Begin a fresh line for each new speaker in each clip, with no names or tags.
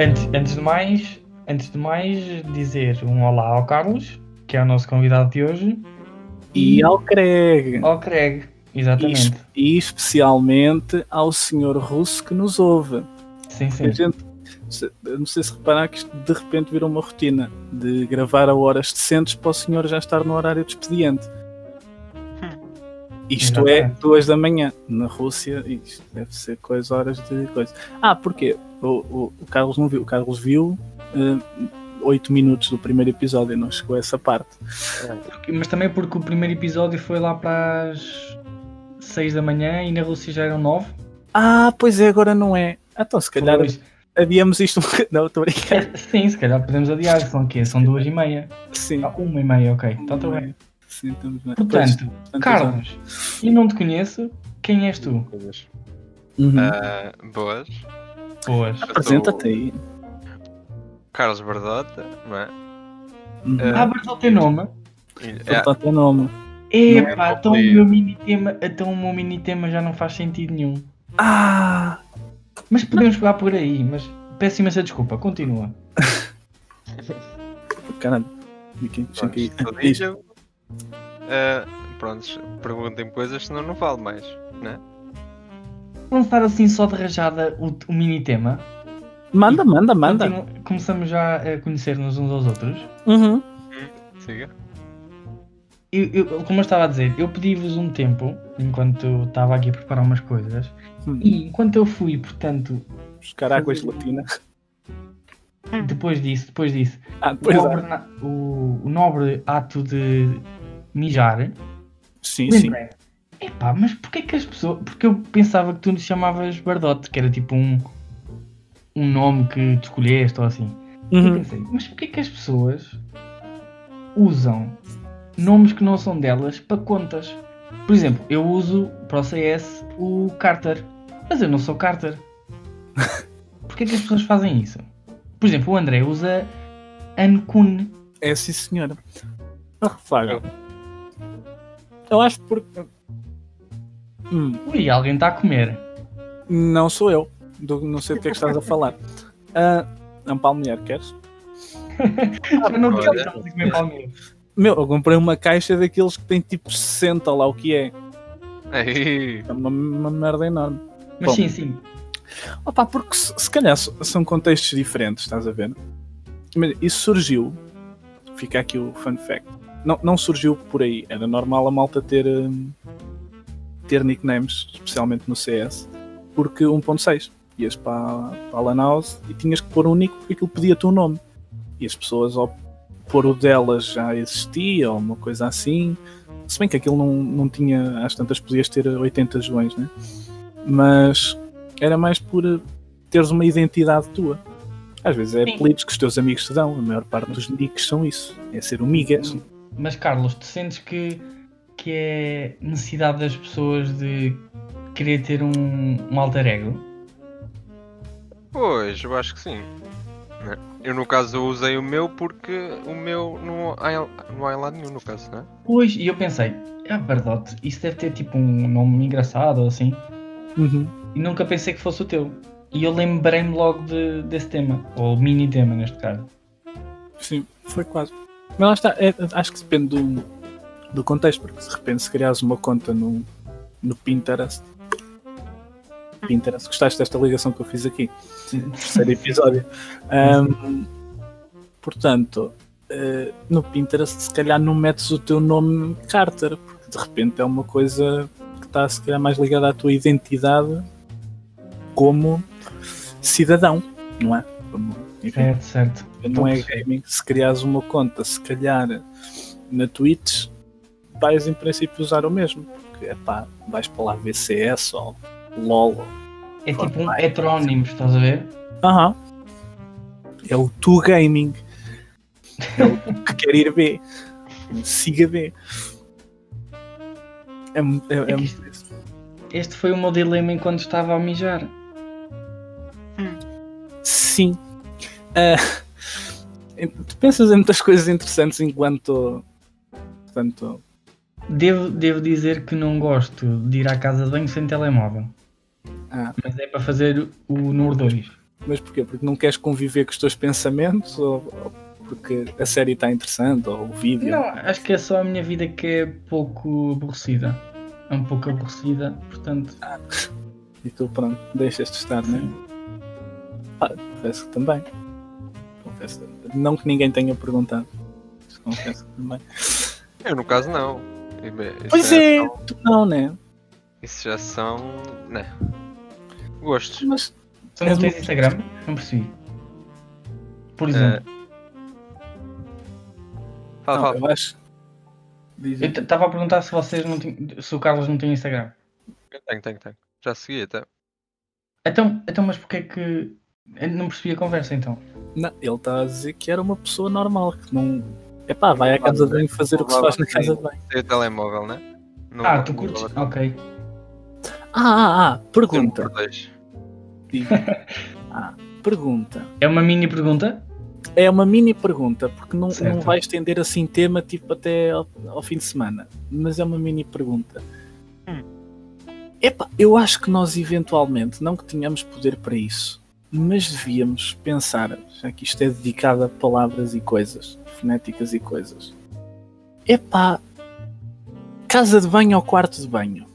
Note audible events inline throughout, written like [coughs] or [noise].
Antes, antes de mais, antes de mais, dizer um olá ao Carlos, que é o nosso convidado de hoje,
E ao Craig.
ao Craig,
E,
Hum. exatamente.
es- e especialmente ao senhor russo que nos ouve.
Sim,
A
sim.
gente, se- não sei se reparar que isto de repente virou uma rotina de gravar a horas decentes para o senhor já estar no horário de expediente.
Hum.
Isto é,
Exatamente.
duas da manhã. Na Rússia, isto deve ser coisa, horas de coisa. Ah, porquê? O, o- o Carlos não viu. O Carlos viu eh, oito minutos do primeiro episódio e não chegou a essa parte.
Mas também porque o primeiro episódio foi lá para as 6 da manhã e na Rússia já eram 9.
Ah, pois é, agora não é. Ah, Então, se calhar
Pois,
adiamos isto um bocadinho. [laughs] Não, estou a brincar.
É, Sim, se calhar podemos adiar, são o quê? São duas e meia.
Sim.
Ah, Uma e meia, ok. Então tá bem.
Sim, estamos bem.
Portanto,
Pois, tantas horas.
Carlos, eu não te conheço, quem és tu?
Coisas.
Uhum. Ah,
Ah, boas.
Boas.
eu
Apresenta-te aí.
Carlos Bardota, não é?
Uhum.
Ah,
Ah, mas não tem nome.
É,
Portanto, é nome.
Epá, então o
apelido.
meu mini tema, então o meu mini tema já não faz sentido nenhum.
Ah!
Mas podemos pegar por aí, mas peço imensa desculpa, continua.
Caralho. Ninguém tinha que ir.
pronto, sou
Diz.
Nígel. Ah, prontos, perguntem-me coisas, senão não falo mais, né?
Lançar assim só de rajada o, o mini tema.
Manda, manda, manda.
Continua- Começamos já a conhecer-nos uns aos outros.
Uhum.
Siga.
Eu- eu- como eu estava a dizer, eu pedi-vos um tempo enquanto estava aqui a preparar umas coisas.
Hum.
E enquanto eu fui, portanto,
Buscar água e gelatina. [laughs]
depois disso, depois disso,
Ah,
o
pois é.
nobre, na- o- o nobre ato de mijar,
Sim, sim.
lembrei Epá, mas porquê que as pessoas. Porque eu pensava que tu nos chamavas Bardote, que era tipo um, um nome que tu escolheste ou assim. Eu
Uhum.
pensei, mas porquê que as pessoas usam nomes que não são delas para contas? Por exemplo, eu uso para o CS o Carter, mas eu não sou
[laughs]
Carter. porquê que as pessoas fazem isso? Por exemplo, o André usa Ancun.
É sim, senhora. Ah, Fábio. Eu acho porque. Hum,
Ui, alguém está a comer.
não sou eu. Do- não sei do que é que estás a falar. Ah, é um palmeiro, queres? Ah,
Já não
olha.
tenho vontade de comer palmeira.
Meu, eu comprei uma caixa daqueles que tem tipo 60 lá o que é.
Aí,
É uma, uma merda enorme.
Mas
Bom.
sim, sim.
Opa, porque se, se calhar so- são contextos diferentes, estás a ver? Mas isso surgiu. Fica aqui o fun fact. Não, não surgiu por aí. Era normal a malta ter, hum, ter nicknames, especialmente no CS, porque 1.6. Ias para, para a Lan House e tinhas que pôr um nick porque aquilo pedia-te um nome. E as pessoas, ao pôr o delas, já existia, ou uma coisa assim. Se bem que aquilo não, não tinha. Às tantas podias ter 80 joões, né? Mas era mais por eh, teres uma identidade tua. Às vezes é
Sim.
apelidos que os teus amigos te dão, a maior parte dos nicks são isso. É ser o migas.
Mas Carlos, tu sentes que, que é necessidade das pessoas de querer ter um, um alter ego?
pois, eu acho que sim. Né? Eu, no caso, usei o meu porque o meu não há, não há em lado nenhum, no caso, né?
Pois, e eu pensei, ah, Bardote, isso deve ter tipo um nome engraçado ou assim.
Uhum.
E nunca pensei que fosse o teu. E eu lembrei-me logo de- desse tema, ou mini tema neste caso.
Sim, foi quase. Mas lá está, é- acho que depende do, do contexto, porque de repente se criares uma conta no, no Pinterest. Pinterest, gostaste desta ligação que eu fiz aqui? terceiro episódio. Ahm, portanto, eh, no Pinterest, se calhar não metes o teu nome Carter, porque de repente é uma coisa que está, se calhar, mais ligada à tua identidade como cidadão, não é? Como, enfim,
Certo, certo.
não é
Pois.
gaming. Se criares uma conta, se calhar, na Twitch, vais em princípio usar o mesmo, porque, epá, vais para lá VCS ou LOL ou
É tipo um heterónimo, estás a ver?
Aham. É o Tu Gaming. É o que quer ir ver. Siga ver. É, mu- é, é,
É que isto- Este foi o meu dilema enquanto estava a mijar.
Sim. Ah, tu pensas em muitas coisas interessantes enquanto. Portanto,
Devo, devo dizer que não gosto de ir à casa de banho sem telemóvel.
Ah.
Mas é para fazer o número 2.
Mas porquê? Porque não queres conviver com os teus pensamentos ou, ou porque a série está interessante ou o vídeo?
Não, acho que é só a minha vida que é pouco aborrecida. É um pouco aborrecida, portanto.
Ah,
E tu, pronto, deixas de estar, não é? Ah, confesso que também. Confesso. Não que ninguém tenha perguntado. Mas Confesso que também.
Eu, no caso, não. E me- isso
Pois
já
é,
são-
tu não, né?
Isso já são. Não. Gostos.
Mas
Tu não
És
tens
uma-
Instagram? Não percebi.
Ah,
Por
é.
exemplo,
Fala,
não,
fala.
eu acho. Diz
eu estava a perguntar se vocês não tinham. se o Carlos não tem Instagram.
Eu Tenho, tenho, tenho. Já segui até.
Então, então mas porque é que. Eu não percebi a conversa então.
Não, ele está a dizer que era uma pessoa normal, que não. Epá, vai à casa de banho fazer o que se
Levava
faz na casa de banho.
Tem o telemóvel, né? Não,
Ah, tu
não
curtes?
vou-
Ok.
Ah, ah, ah,
Tem um
pergunta.
por dois.
Diga. Ah, pergunta.
É uma mini pergunta?
É uma mini pergunta, porque não,
Certo.
não vai estender assim tema tipo até ao, ao fim de semana. Mas é uma mini pergunta.
Hum.
Epá, eu acho que nós eventualmente, não que tenhamos poder para isso, mas devíamos pensar, já que isto é dedicado a palavras e coisas, fonéticas e coisas. Epá, casa de banho ou quarto de banho?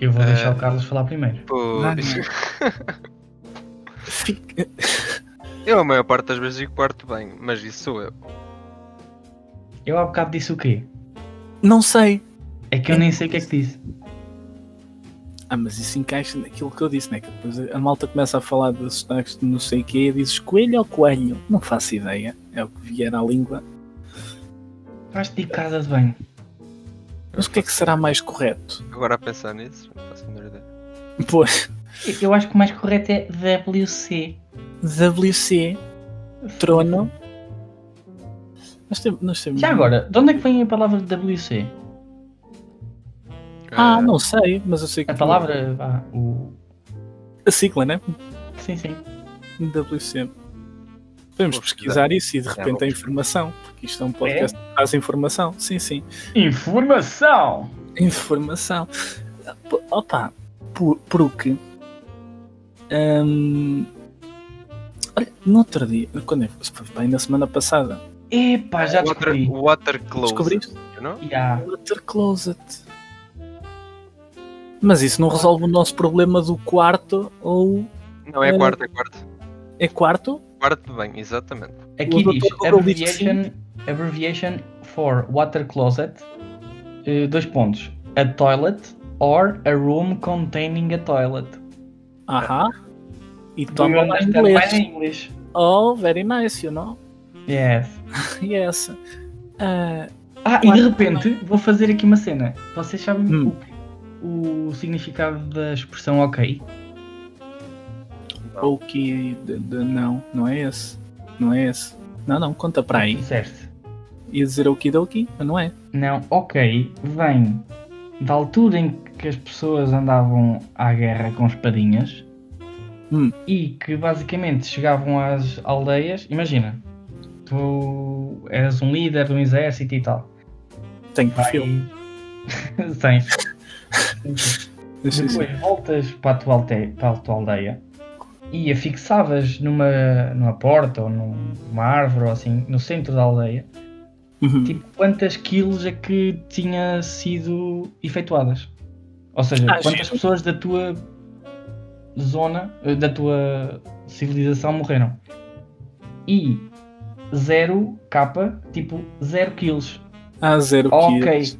Eu vou
Eh,
deixar o Carlos falar primeiro.
Pô,
Não, não.
isso-
Fica-
[laughs] Eu a maior parte das vezes digo quarto bem, mas isso sou eu.
Eu há bocado disse o quê?
Não sei.
É que eu nem sei o que é que disse.
Ah, mas isso encaixa naquilo que eu disse, né? Que depois a malta começa a falar de sotaques de não sei o quê e dizes coelho ou coelho? Não faço ideia. É o que vier à língua.
Faz de casa de banho.
Mas o que é que será mais correto? [laughs]
Agora a pensar nisso, não faço a menor ideia.
Pois,
Eu- Eu acho que o mais correto é WC.
WC, trono. Nós temos. Nós temos
Já agora, de onde é que vem a palavra WC?
Ah,
Eh,
não sei, mas eu sei que.
A palavra. vá, o.
A sigla, né?
Sim, sim.
WC. Podemos
Vou
pesquisar isso e de
Já
repente
vou
a informação, porque isto é um podcast que traz informação. Sim, sim.
Informação!
Informação. P- Opa, por, porque. hum, olha, no outro dia, quando é, foi bem na semana passada,
Epá, Ah, já
Ah, water,
descobri.
water close.
descobriste
you know?
Já.
Water Closet. Mas isso não resolve o nosso problema do quarto ou.
Não, é
Eh,
quarto, é quarto.
É quarto?
Quarto bem, exatamente.
Aqui
O
diz
doutor Google diz que
abbreviation, abbreviation for water closet. eh, dois pontos. A toilet or a room containing a toilet. é
Aham. E
Do you
toma lá em
understand
inglês.
my English?
Oh, very nice, you know?
Yes.
Yes. Ah,
Ah, e de
Claro.
repente vou fazer aqui uma cena. Vocês sabem
Hum.
o, o significado da expressão ok?
ou que. é de- de- não, não é esse. Não é esse. Não, não, conta para Tá aí.
Disseste.
ia dizer okidoki, mas não é.
Não, ok vem da altura em que as pessoas andavam à guerra com espadinhas
Hum.
e que basicamente chegavam às aldeias. Imagina, tu eras um líder de um exército e tal.
Tenho
Vai-
perfil.
[laughs] Tens.
Sim, sim.
Depois voltas para a tua, alte- para a tua aldeia e afixavas numa, numa porta ou num- numa árvore ou assim, no centro da aldeia,
Uhum.
tipo quantas quilos é que tinha sido efetuadas. Ou seja,
Ah,
quantas
giro.
pessoas da tua zona, eh, da tua civilização morreram. E 0 K, tipo 0 quilos.
Ah, zero
Ok.
quilos.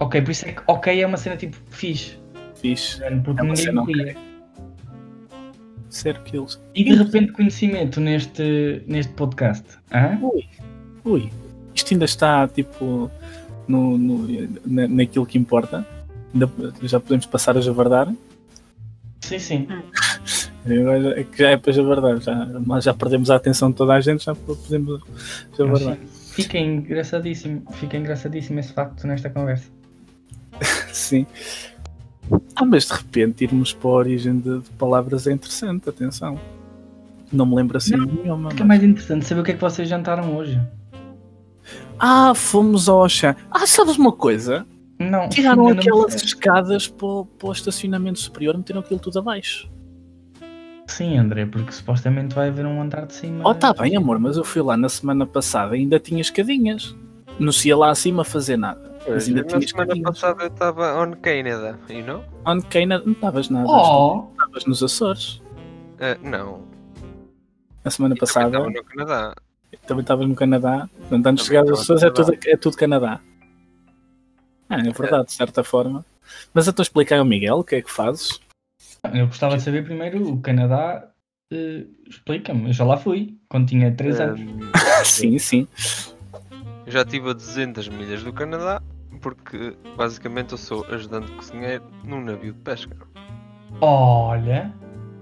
Ok, por isso é que ok é uma cena tipo fixe,
Fixe.
porque
É uma
ninguém
cena ok.
morria.
Zero quilos.
E de repente conhecimento neste, neste podcast. Hã?
Ui. Ui. Isto ainda está, tipo, no, no, na, naquilo que importa. Ainda- já podemos passar a javardar.
Sim, sim.
Agora já- é que já é para javardar. Já, mas já perdemos a atenção de toda a gente, já podemos javardar.
Fica engraçadíssimo, fica engraçadíssimo esse facto nesta conversa.
Sim. Ah, mas de repente irmos para a origem de, de palavras é interessante, atenção. Não me lembro assim de nenhuma.
Fica
mas-
é mais interessante saber o que é que vocês jantaram hoje.
Ah, fomos ao Oxã. Ah, sabes uma coisa?
Não,
Tiraram
ainda não
aquelas
disseste.
escadas para o, para o estacionamento superior, meteram aquilo tudo abaixo.
Sim, André, porque supostamente vai haver um andar de cima.
Oh, tá bem, amor, mas eu fui lá na semana passada e ainda tinha escadinhas. Não se ia lá acima fazer nada. Mas ainda
na
tinha
semana
escadinhas.
passada eu estava on Canada, you know?
On Cana não estavas nada,
Oh,
estavas nos Açores.
Eh, não.
Na semana
E também
passada
Estava no Canadá.
também estavas no Canadá. Portanto, antes de chegar
Também
aos
estava no
Açores é tudo, é tudo Canadá. Ah, é verdade, de certa forma. Mas então explicar ao Miguel o que é que fazes.
eu gostava de saber primeiro o Canadá. eh, Explica-me, eu já lá fui quando tinha 3 anos. Ah,
Eh,
Sim, sim.
Já estive a 200 milhas do Canadá, porque basicamente eu sou ajudante de cozinheiro num navio de pesca.
Olha,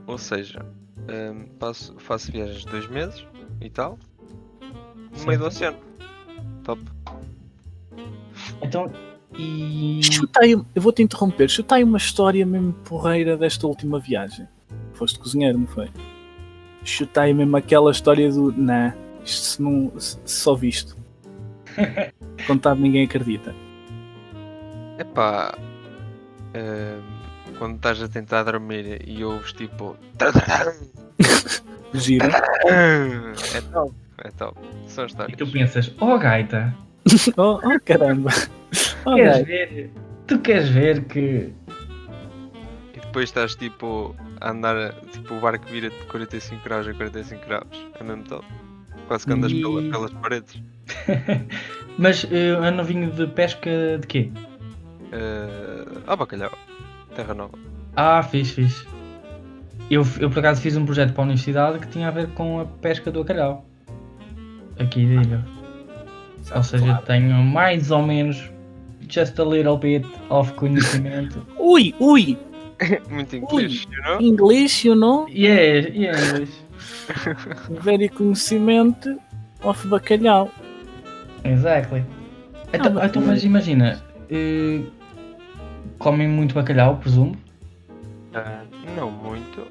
Ou seja, hum, passo- faço viagens de dois meses e tal, no
Sim.
meio do oceano. Top.
então. E.
Chutei, eu vou-te interromper. Chutei uma história mesmo porreira desta última viagem. Foste cozinheiro, não foi? Chutei mesmo aquela história do. Nah, isto se não. se- só visto. Contado, ninguém acredita.
Epá, hum, quando estás a tentar dormir e ouves tipo. "Tadadam",
Gira.
É top, é top. São
E
histórias.
tu pensas, oh gaita,
Oh, oh, caramba. Oh,
queres
gajo.
ver? Tu queres ver que.
E depois estás tipo a andar, tipo o barco vira de 45 graus a 45 graus. É mesmo top. Quase que andas pela-
E-
pelas paredes.
Mas eh, é um novinho de pesca de quê?
Eh, Ah, bacalhau. Terra nova.
Ah, fiz, fiz. Eu, eu por acaso fiz um projeto para a universidade que tinha a ver com a pesca do bacalhau. Aqui de ilha. Ou seja, tenho mais ou menos just a little bit of
[laughs]
conhecimento.
Ui, ui.
Muito inglês, you know?
Inglês, you know?
yes, yes.
Very conhecimento of bacalhau.
Exactly. Então,
Ah, mas-
então, mas imagina, eh, comem muito bacalhau, presumo.
Ah, não muito.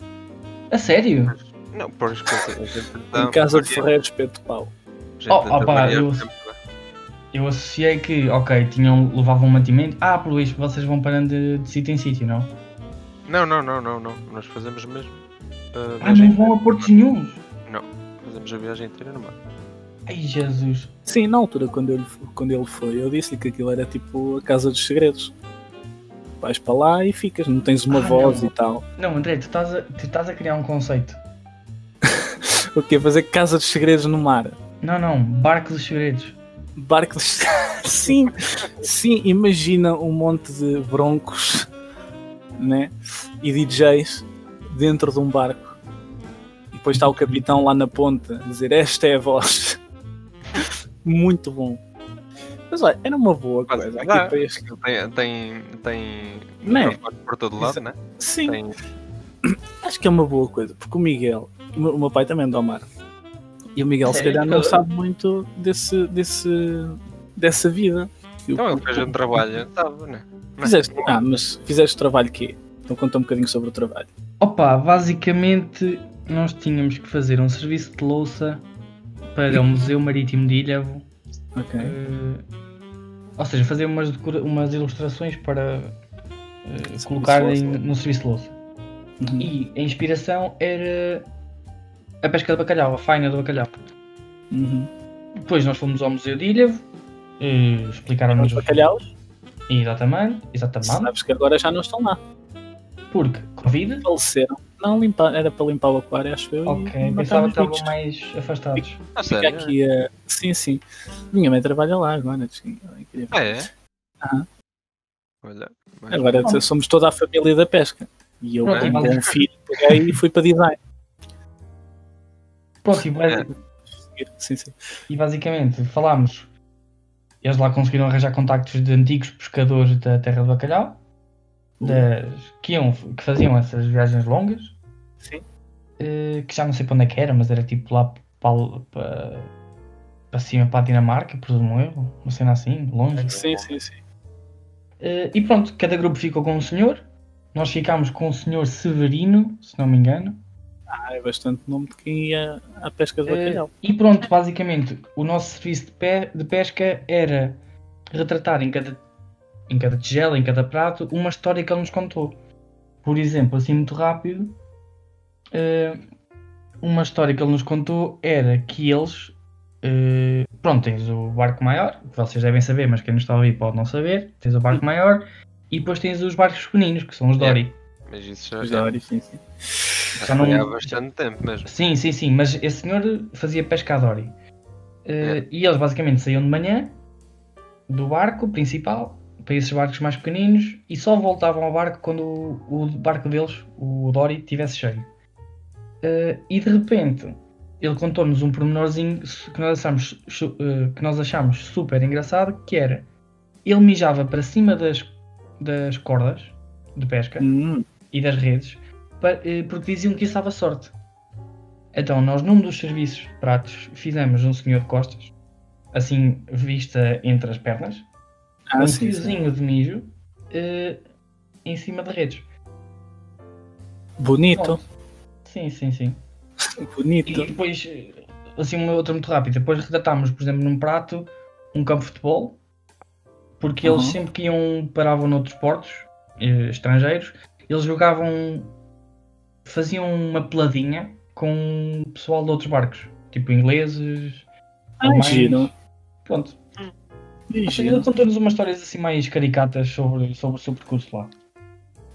A sério?
Não, por as coisas. a gente
Em
dá-
casa de
varia-
Ferreiros, Pedro Pau.
a gente
Oh,
dá
oh, pá,
varia-
eu- Eu associei que, ok, tinham, levavam mantimento. Ah, por isso vocês vão parando de, de sítio em sítio, não?
é? Não, não, não, não, não. Nós fazemos mesmo. ah,
Ah,
é
viagem
não vão a
inteira.
Porto nenhum.
Fazemos a viagem inteira no mar.
Ai, Jesus.
Sim, na altura quando ele, quando ele foi, eu disse-lhe que aquilo era tipo a casa dos segredos. Vais para lá e ficas, não tens uma
Ah,
voz
não.
e tal.
Não, André, tu estás a, tu estás a criar um conceito.
O que Fazer casa dos segredos no mar?
Não, não, barco dos segredos.
Barco dos... [laughs] sim, sim, imagina um monte de broncos né? e DJs dentro de um barco. E depois está o capitão lá na ponta a dizer esta é a voz. [laughs] Muito bom. Mas olha, era uma boa
Mas
coisa. Aqui
dá.
para este...
Tem. Tem. tem
Não é?
microfone por todo lado, né?
Sim,
Tem.
Acho que é uma boa coisa, porque o Miguel, o meu- o meu pai também é do Omar, e o Miguel se
Sério?
calhar não sabe muito desse, desse, dessa vida. E o-
Então ele fez um trabalho, sabe, né? Não é?
Fizeste, ah, mas fizeste trabalho quê? Então conta um bocadinho sobre o trabalho.
Opa, basicamente nós tínhamos que fazer um serviço de louça para o Museu Marítimo de Ilhavo.
Ok.
eh, ou seja, fazer umas, decora- umas ilustrações para eh,
Serviço
colocar
de
em-
louça.
no serviço de louça.
Uhum.
E a inspiração era a pesca do bacalhau, a faina do bacalhau.
Uhum.
Depois nós fomos ao Museu de Ilhavo, eh, explicaram-nos
Os bacalhaus,
Exatamente, exatamente.
sabes que agora já não estão lá.
Porque Covid.
Faleceram. Não, limpar, era para limpar o aquário, acho eu. e
Ok, pensava
mataram
que
os bichos.
estavam mais afastados.
Ah,
Fica
sério?
aqui a. Sim, sim. Minha mãe trabalha lá agora. sim. Ela queria-
Ah, é?
Aham. É
Olha. mas-
Agora
Bom.
somos toda a família da pesca. E eu,
Pronto,
como
vale.
bom filho, peguei e fui para design.
Pronto,
É.
e, basi-
Sim, sim.
e basicamente falámos. Eles lá conseguiram arranjar contactos de antigos pescadores da Terra do Bacalhau,
Uhum.
das- que, iam, que faziam essas viagens longas,
Sim.
eh, que já não sei para onde é que era, mas era tipo lá para, para, para cima, para a Dinamarca, presumo eu, uma cena assim, longe.
Sim, sim, sim.
Eh, e pronto, cada grupo ficou com um senhor. Nós ficámos com o senhor Severino, se não me engano.
Ah, é bastante nome de quem ia à pesca de
Eh,
bacalhau.
E pronto, basicamente, o nosso serviço de, pe- de pesca era retratar em cada, em cada tigela, em cada prato, uma história que ele nos contou. Por exemplo, assim muito rápido, eh, uma história que ele nos contou era que eles. eh, pronto, tens o barco maior, que vocês devem saber, mas quem não está a ouvir pode não saber. Tens o barco maior e depois tens os barcos pequeninos, que são os
Yeah.
Dory.
Mas isso
É
já,
Os
já,
Dory, sim, sim.
já
foi
não-
há bastante tempo mesmo.
Sim, sim, sim, mas esse senhor fazia pesca a Dory. Eh, E eles basicamente saíam de manhã do barco principal para esses barcos mais pequeninos e só voltavam ao barco quando o, o barco deles, o Dory, estivesse cheio. Eh, e de repente ele contou-nos um pormenorzinho su- que nós, achámos, su- eh, que nós achámos super engraçado, que era ele mijava para cima das, das cordas de pesca
Hum,
e das redes pa- eh, porque diziam que isso dava sorte. Então, nós num dos serviços de pratos fizemos um senhor de costas, assim, vista entre as pernas,
Ah,
um
sim, sim.
fiozinho de mijo eh, em cima de redes.
Bonito,
Sim, sim, sim. E
[laughs] bonito.
depois, eh, assim, uma outra muito rápida. Depois retratámos, por exemplo, num prato, um campo de futebol, porque eles
Uhum.
sempre que iam, paravam noutros portos eh, estrangeiros, eles jogavam, faziam uma peladinha com o pessoal de outros barcos, tipo ingleses,
Ah,
alemães.
giro.
Pronto.
E
Ele
É giro.
contou-nos umas histórias assim mais caricatas sobre, sobre o seu percurso lá.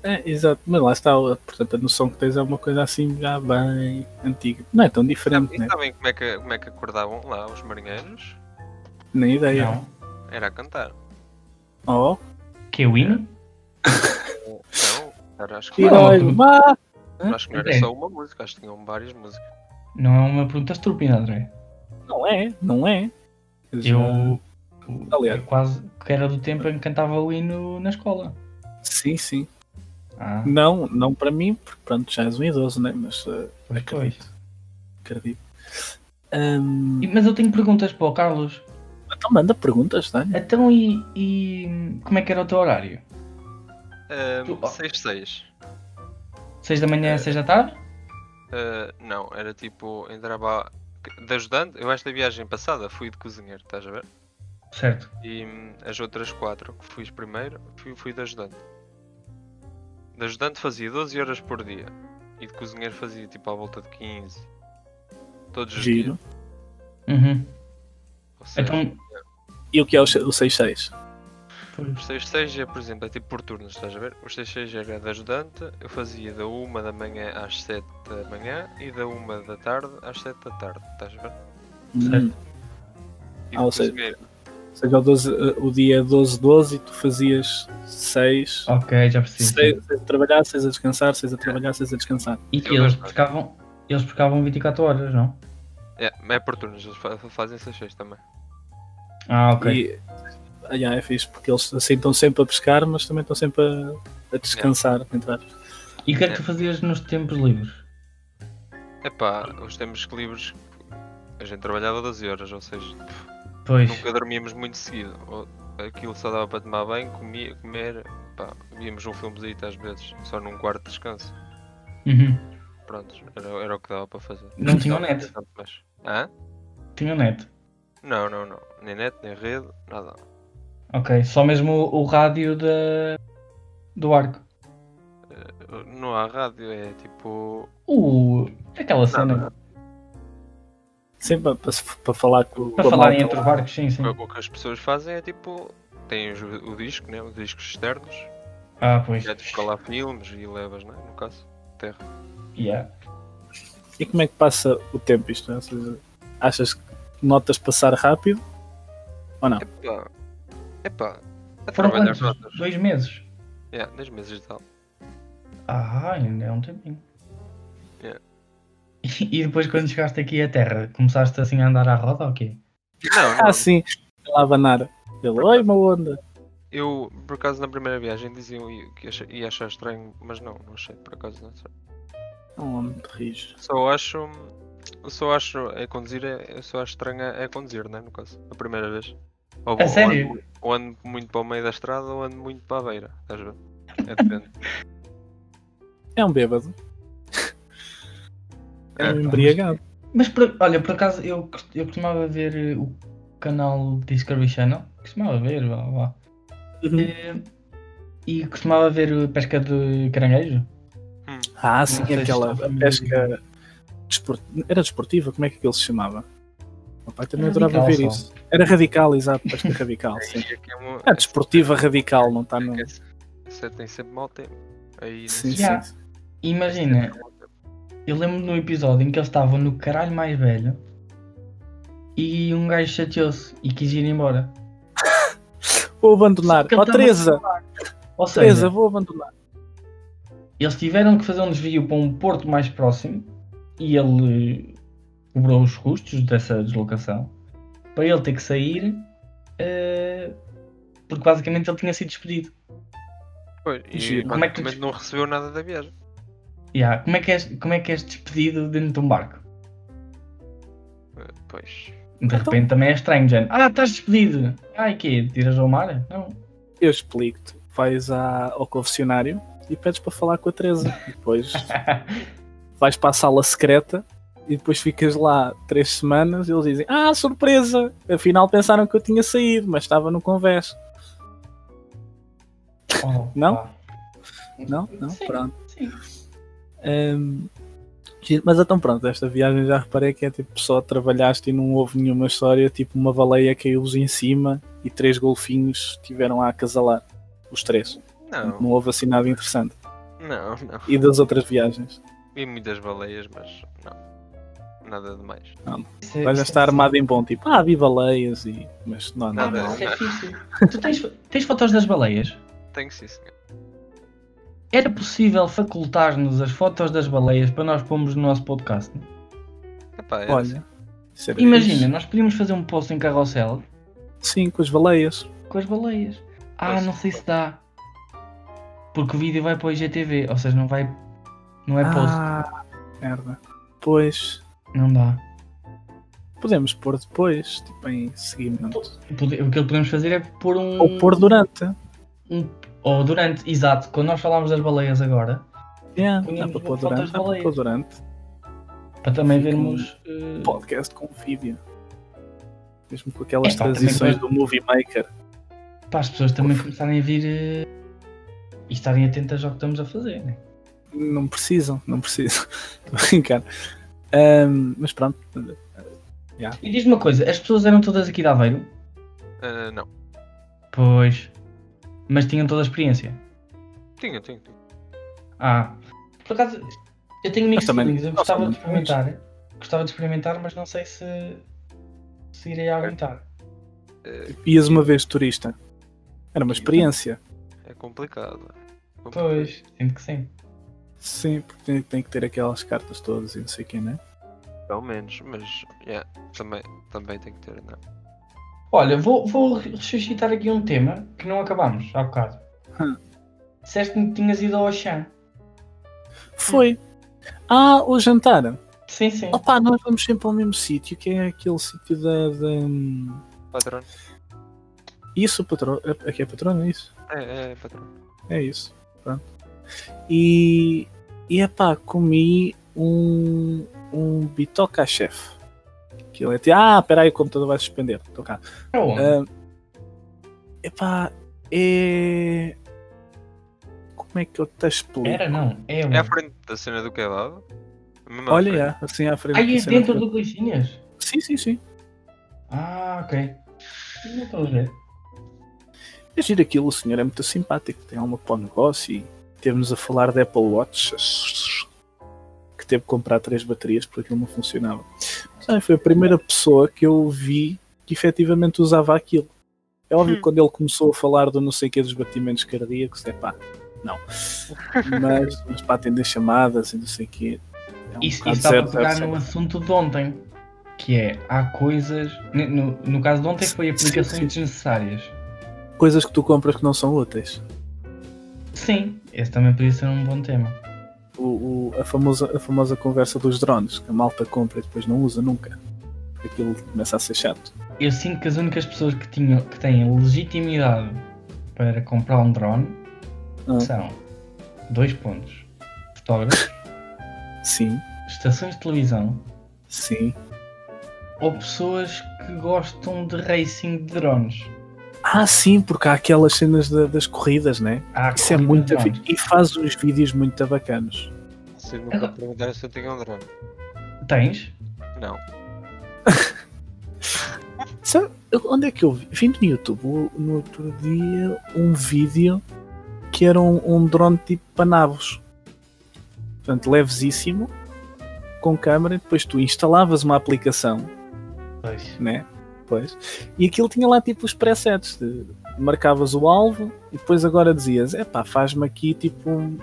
É, exato, mas lá está, portanto, a noção que tens é uma coisa assim já bem antiga. Não é tão diferente,
E
né?
sabem como é, que, como é que acordavam lá os marinheiros?
Nem ideia.
Não.
Era a cantar.
Oh,
Que é o hino?
Não, Então, era, acho que
Tira.
não.
tirolho,
ótimo.
mas-
Acho que não era
É.
só uma música, acho que tinham várias músicas.
Não é uma pergunta estúpida, André.
Não é, não é. Já-
Eu,
Aliás.
eu quase que era do tempo em que cantava o hino na escola.
Sim, sim.
Ah,
Não, não para mim, porque pronto, já és um idoso, né? Mas eh,
pois,
acredito.
pois.
acredito. Ahm,
E- Mas eu tenho perguntas para o Carlos.
então manda perguntas, tá?
Então e, e como é que era o teu horário? Tu- oh.
6-6.
6 da manhã, 6 da tarde?
Uh, não, era tipo, entrava que- de ajudante. Eu esta viagem passada fui de cozinheiro, estás a ver?
Certo.
E hum, as outras quatro que fui primeiro, fui, fui de ajudante. De ajudante fazia 12 horas por dia. E de cozinheiro fazia tipo à volta de 15. Todos os
Giro.
dias.
Uhum.
Ou seja,
Então,
E o que é o 6-6?
Os 6-6 é, por exemplo, é tipo por turnos, estás a ver? Os 6-6 era de ajudante, eu fazia da 1 da manhã às 7 da manhã e da 1 da tarde às 7 da tarde, estás a ver?
Hum,
E
Ah,
de
ou seja,
cozinheiro,
Ou seja, o, 12, eh, o dia 12-12 e tu fazias 6.
ok, já percebi.
6 a trabalhar, 6 a descansar, 6 a trabalhar, 6 a descansar.
E
Eu
que eles
gosto.
pescavam, eles pescavam 24 horas, não?
É, mas é por turnos, eles fa- fazem 6-6 também.
Ah, ok.
E ah, yeah, é fixe, porque eles assim estão sempre a pescar, mas também estão sempre a, a descansar. entre aspas.
E o que é que tu fazias nos tempos livres?
Epá, os tempos que livres, a gente trabalhava 12 horas, ou seja,
Pois,
nunca dormíamos muito seguido. Ou- Aquilo só dava para tomar banho, comia, comer, pá, víamos um filmezito às vezes, só num quarto de descanso.
Uhum.
Pronto, era, era o que dava para fazer.
Não tinham net.
Tanto mais. Hã?
tinha net.
Não, não, não. Nem net, nem rede, nada.
Ok, só mesmo o, o rádio da do arco.
Não há rádio, é tipo.
Uh, aquela cena.
Sempre para, para falar com,
Para
com a
falarem
malta
entre
lá.
os barcos, sim, sim.
O que as pessoas fazem é tipo. Têm os- o disco, né? Os discos externos.
Ah, pois.
Já tipo lá filmes e levas, né? No caso.
Yeah.
E como é que passa o tempo isto? né? Ou seja, achas que notas passar rápido?
Epá. Epá. A
Foram
trabalhar
quantos?
notas.
Dois meses?
É, 10 meses e tal.
Ah, ainda é um tempinho.
É.
[laughs] E depois quando chegaste aqui à terra, começaste assim a andar à roda ou quê?
Não, não.
Ah, sim, lá banar. Ele, oi, uma onda.
Eu, por acaso, na primeira viagem diziam i- que acha- ia achar estranho, mas não, não achei, por acaso não achei.
É
Um homem de rijo.
Só acho. Eu só acho a conduzir, é- eu só acho estranho a, a conduzir, né? No caso, a primeira vez. Ou,
A É sério?
Ou ando, ou ando muito para o meio da estrada ou ando muito para a beira, estás a ver?
[laughs]
É diferente.
É um bêbado. É um embriagado.
Mas por- olha, por acaso eu, cos- eu costumava ver eh, o canal Discovery Channel. Costumava ver, vá, vá. Eh, E costumava ver eh, pesca de caranguejo.
Ah, sim,
Não sei se
aquela
estava-
pesca. despor- Era desportiva? Como é que aquilo se chamava? O meu pai também
Era
adorava ver
radical só.
isso. Era radical, exato, pesca radical,
[laughs]
sim.
E aqui é uma-
É desportiva radical, não está no.
Essa- essa é tem sempre mau tempo. Aí
Sim,
Yeah.
sim.
E Imagina, Eu lembro de um episódio em que eles estavam no caralho mais velho e um gajo chateou-se e quis ir embora.
Vou abandonar.
Só que ele
Ó,
estava
Teresa!
Ou
Teresa,
seja,
vou abandonar.
eles tiveram que fazer um desvio para um porto mais próximo e ele eh, cobrou os custos dessa deslocação para ele ter que sair eh, porque basicamente ele tinha sido despedido.
Pois, e
Giro.
Como é que tu
basicamente não recebeu nada da viagem.
Yeah, como, é que és, como é que és despedido dentro de um barco?
Eh, Pois.
De
Então-
repente também é estranho, Jane. Ah, estás despedido! Ai, quê? Tiras ao mar? Não.
Eu explico-te. Vais à- ao confessionário e pedes para falar com a Teresa. E Depois vais para a sala secreta e depois ficas lá três semanas e eles dizem: Ah, surpresa! Afinal pensaram que eu tinha saído, mas estava no convés.
Oh,
Não?
pá.
Não? Não?
Sim.
Pronto.
Sim.
Hum, giro. mas então pronto, esta viagem já reparei que é tipo só trabalhaste e não houve nenhuma história, tipo uma baleia caiu-vos em cima e três golfinhos tiveram a acasalar. Os três.
Não,
Não houve assim nada interessante.
não, não.
E das outras viagens?
Vi muitas baleias, mas não. Nada demais.
Isso é-
Vais
isso é-
já estar armado em bom, tipo, ah, vi baleias e. Mas não há
Ah,
nada.
mas isso é fixe. tu tens, tens fotos das baleias?
Tenho sim, senhor.
Era possível facultar-nos as fotos das baleias para nós pormos no nosso podcast?
Epá, era assim.
Olha. isso era
Imagina,
fixe.
nós podíamos fazer um post em carrossel
Sim, com as baleias.
com as baleias. Ah,
Pois.
não sei se dá. Porque o vídeo vai para o IGTV, ou seja, não vai. Não é post.
ah, merda. Pois.
Não dá.
Podemos pôr depois, tipo, em seguimento.
Pode- O que podemos fazer é pôr um.
Ou pôr durante.
ou durante, exato. Quando nós falámos das baleias agora,
Yeah, dá
Punhamos
para pôr
fotos de
durante. Dá para pôr
baleias.
durante.
para também
Fica um-
vermos. eh,
Podcast com vídeo. Mesmo com aquelas
É, pá, também
transições
pode-
do Movie Maker.
para as pessoas também começarem a vir eh, e estarem atentas ao que estamos a fazer, né?
Não precisam, não precisam. [laughs] Estou a brincar. Ahm, mas pronto.
E diz-me uma coisa, as pessoas eram todas aqui de Aveiro?
Ah, não.
Pois. Mas tinham toda a experiência?
Tinha, tinha, tinha.
Ah. Por acaso, eu tenho amigos
Mas também-
feelings, eu
nós
gostava de
também temos.
experimentar. Gostava de experimentar, mas não sei se, se irei aguentar.
Eh,
Ias uma vez turista. Era uma experiência.
É complicado. é complicado.
Pois, sinto que sim.
Sim, porque tem, tem que ter aquelas cartas todas e não sei o quê, né?
Pelo menos, mas yeah, também, também tem que ter, não. é?
Olha, vou, vou ressuscitar aqui um tema que não acabámos há bocado.
Hum.
Disseste-me que tinhas ido ao Oxan.
Foi. Ah, o jantar.
Sim, sim.
Opa, nós vamos sempre ao mesmo sítio, que é aquele sítio da. da-
Patrão?
Isso, patrão. Aqui é patrão, é isso?
É, é, patrão.
É isso. Pronto. E. E epá, comi um. Um bitoca-chefe. Aquilo é tipo. Ah, peraí, o computador vai suspender. Estou cá.
Aonde?
Ah, epá, é. Como é que eu te explico?
Era não, é
É à
aonde?
frente da cena do kebab? Mesmo à
Olha,
frente.
é, assim à frente.
Aí
da
é
cena
dentro
de-
do Glichinhas?
Sim, sim, sim.
Ah, ok. Não estou a ver.
É giro aquilo, o senhor é muito simpático, tem alma para o negócio e teve-nos a falar de Apple Watch que teve que comprar três baterias porque aquilo não funcionava. Sabe, foi a primeira pessoa que eu vi que efetivamente usava aquilo. É
Hum.
óbvio que quando ele começou a falar do não sei o que dos batimentos cardíacos, é pá, não. Mas, mas para atender chamadas e não sei o que. É um
Isso,
bocado
isso dá para
zero, zero,
pegar
zero.
no assunto de ontem, que é há coisas. No, no- no caso de ontem foi
Sim,
aplicações
sim.
desnecessárias.
Coisas que tu compras que não são úteis.
Sim, esse também podia ser um bom tema.
o- o- a, famosa, a famosa conversa dos drones, que a malta compra e depois não usa nunca. Porque Aquilo começa a ser chato.
Eu sinto que as únicas pessoas que, tinham, que têm legitimidade para comprar um drone
Ah.
são dois pontos. Fotógrafos,
Sim,
estações de televisão
Sim.
ou pessoas que gostam de racing de drones.
Ah, sim, porque há aquelas cenas da- das corridas, né?
Há
Isso é
corrida
muito.
de drones.
fi- E faz uns vídeos muito bacanos.
Vocês nunca
É.
perguntaram se eu tenho um drone.
Tens?
Não.
Sabe, eu- onde é que eu vi? Vi no YouTube o- no outro dia um vídeo que era um, um drone tipo panavos. Portanto, levesíssimo, com câmera, e depois tu instalavas uma aplicação,
Pois.
né? Pois, e aquilo tinha lá tipo os presets. de- marcavas o alvo e depois agora dizias: é pá, faz-me aqui tipo um.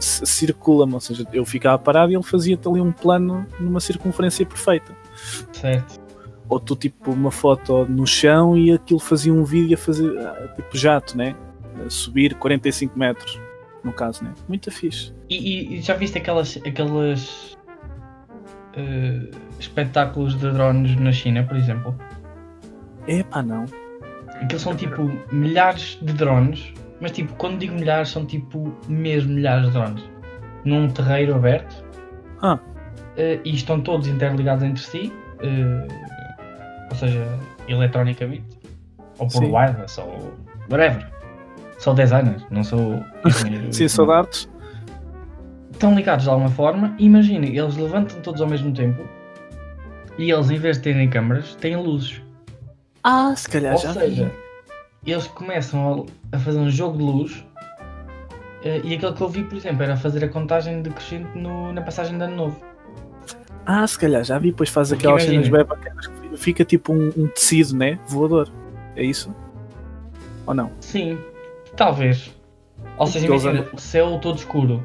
c- circula-me. Ou seja, eu ficava parado e ele fazia-te ali um plano numa circunferência perfeita
Certo.
ou tu tipo uma foto no chão e aquilo fazia um vídeo a fazer ah, tipo jato, né? A subir 45 metros, no caso, né? Muito fixe.
E, e- e já viste aquelas, aquelas eh, espetáculos de drones na China, por exemplo?
É pá, não.
Aqueles são tipo milhares de drones, mas tipo, quando digo milhares, são tipo mesmo milhares de drones num terreiro aberto
Ah.
Eh, e estão todos interligados entre si, eh, ou seja, eletronicamente, ou por
Sim.
wireless, ou whatever. Sou designer, não
[laughs]
sou. engenheiro.
Sim, só de artes.
Estão ligados de alguma forma, imagina, eles levantam todos ao mesmo tempo e eles, em vez de terem câmaras, têm luzes.
Ah, se calhar
Ou
já. vi.
seja, eles começam a, a fazer um jogo de luz eh, e aquele que eu vi, por exemplo, era fazer a contagem decrescente no, na passagem de ano novo.
Ah, se calhar já vi. Depois faz
Porque
aquelas cenas
imagina.
bem bacanas que fica- fica tipo um, um tecido, né? Voador. É isso? Ou não?
Sim, talvez. Ou seja,
Eles
imagina, o céu todo escuro,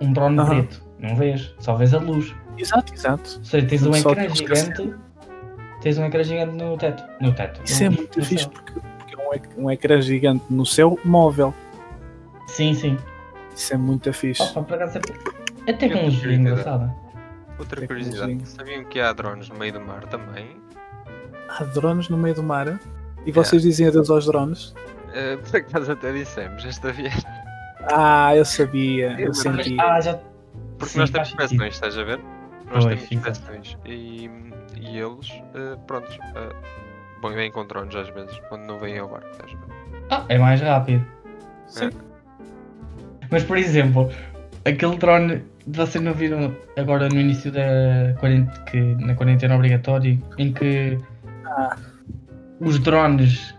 um drone
Aham.
preto, não vês, só vês a luz.
Exato, exato.
Ou seja, tens um
Só
ecrã
tens que
gigante, tens um ecrã gigante no teto. No teto
Isso
no-
é
no
muito
céu.
fixe porque, porque é um, ec- um ecrã gigante no céu móvel.
Sim, sim.
Isso é muito fixe.
Opa, por acaso é... A tecnologia é engraçada.
Outra
É
Tem
curiosidade.
cozinha.
Sabiam que há drones no meio do mar também?
Há drones no meio do mar. é? E vocês dizem adeus aos drones?
Eh, por acaso até dissemos esta [laughs] viagem.
Ah, eu sabia, eu
Mas-
Mas,
senti.
ah, já...
Porque
Sim,
nós
faz
temos é?
sentido.
peções, estás a ver? Nós
Pois,
temos
exato.
peções. E, e eles, eh, prontos. eh, bom, vêm com drones às vezes, quando não vêm ao barco, estás a ver?
Ah, é mais rápido.
Sim.
Mas por exemplo, aquele drone vocês não viram agora no início da quarentena, que, na quarentena obrigatória em que
Ah.
os drones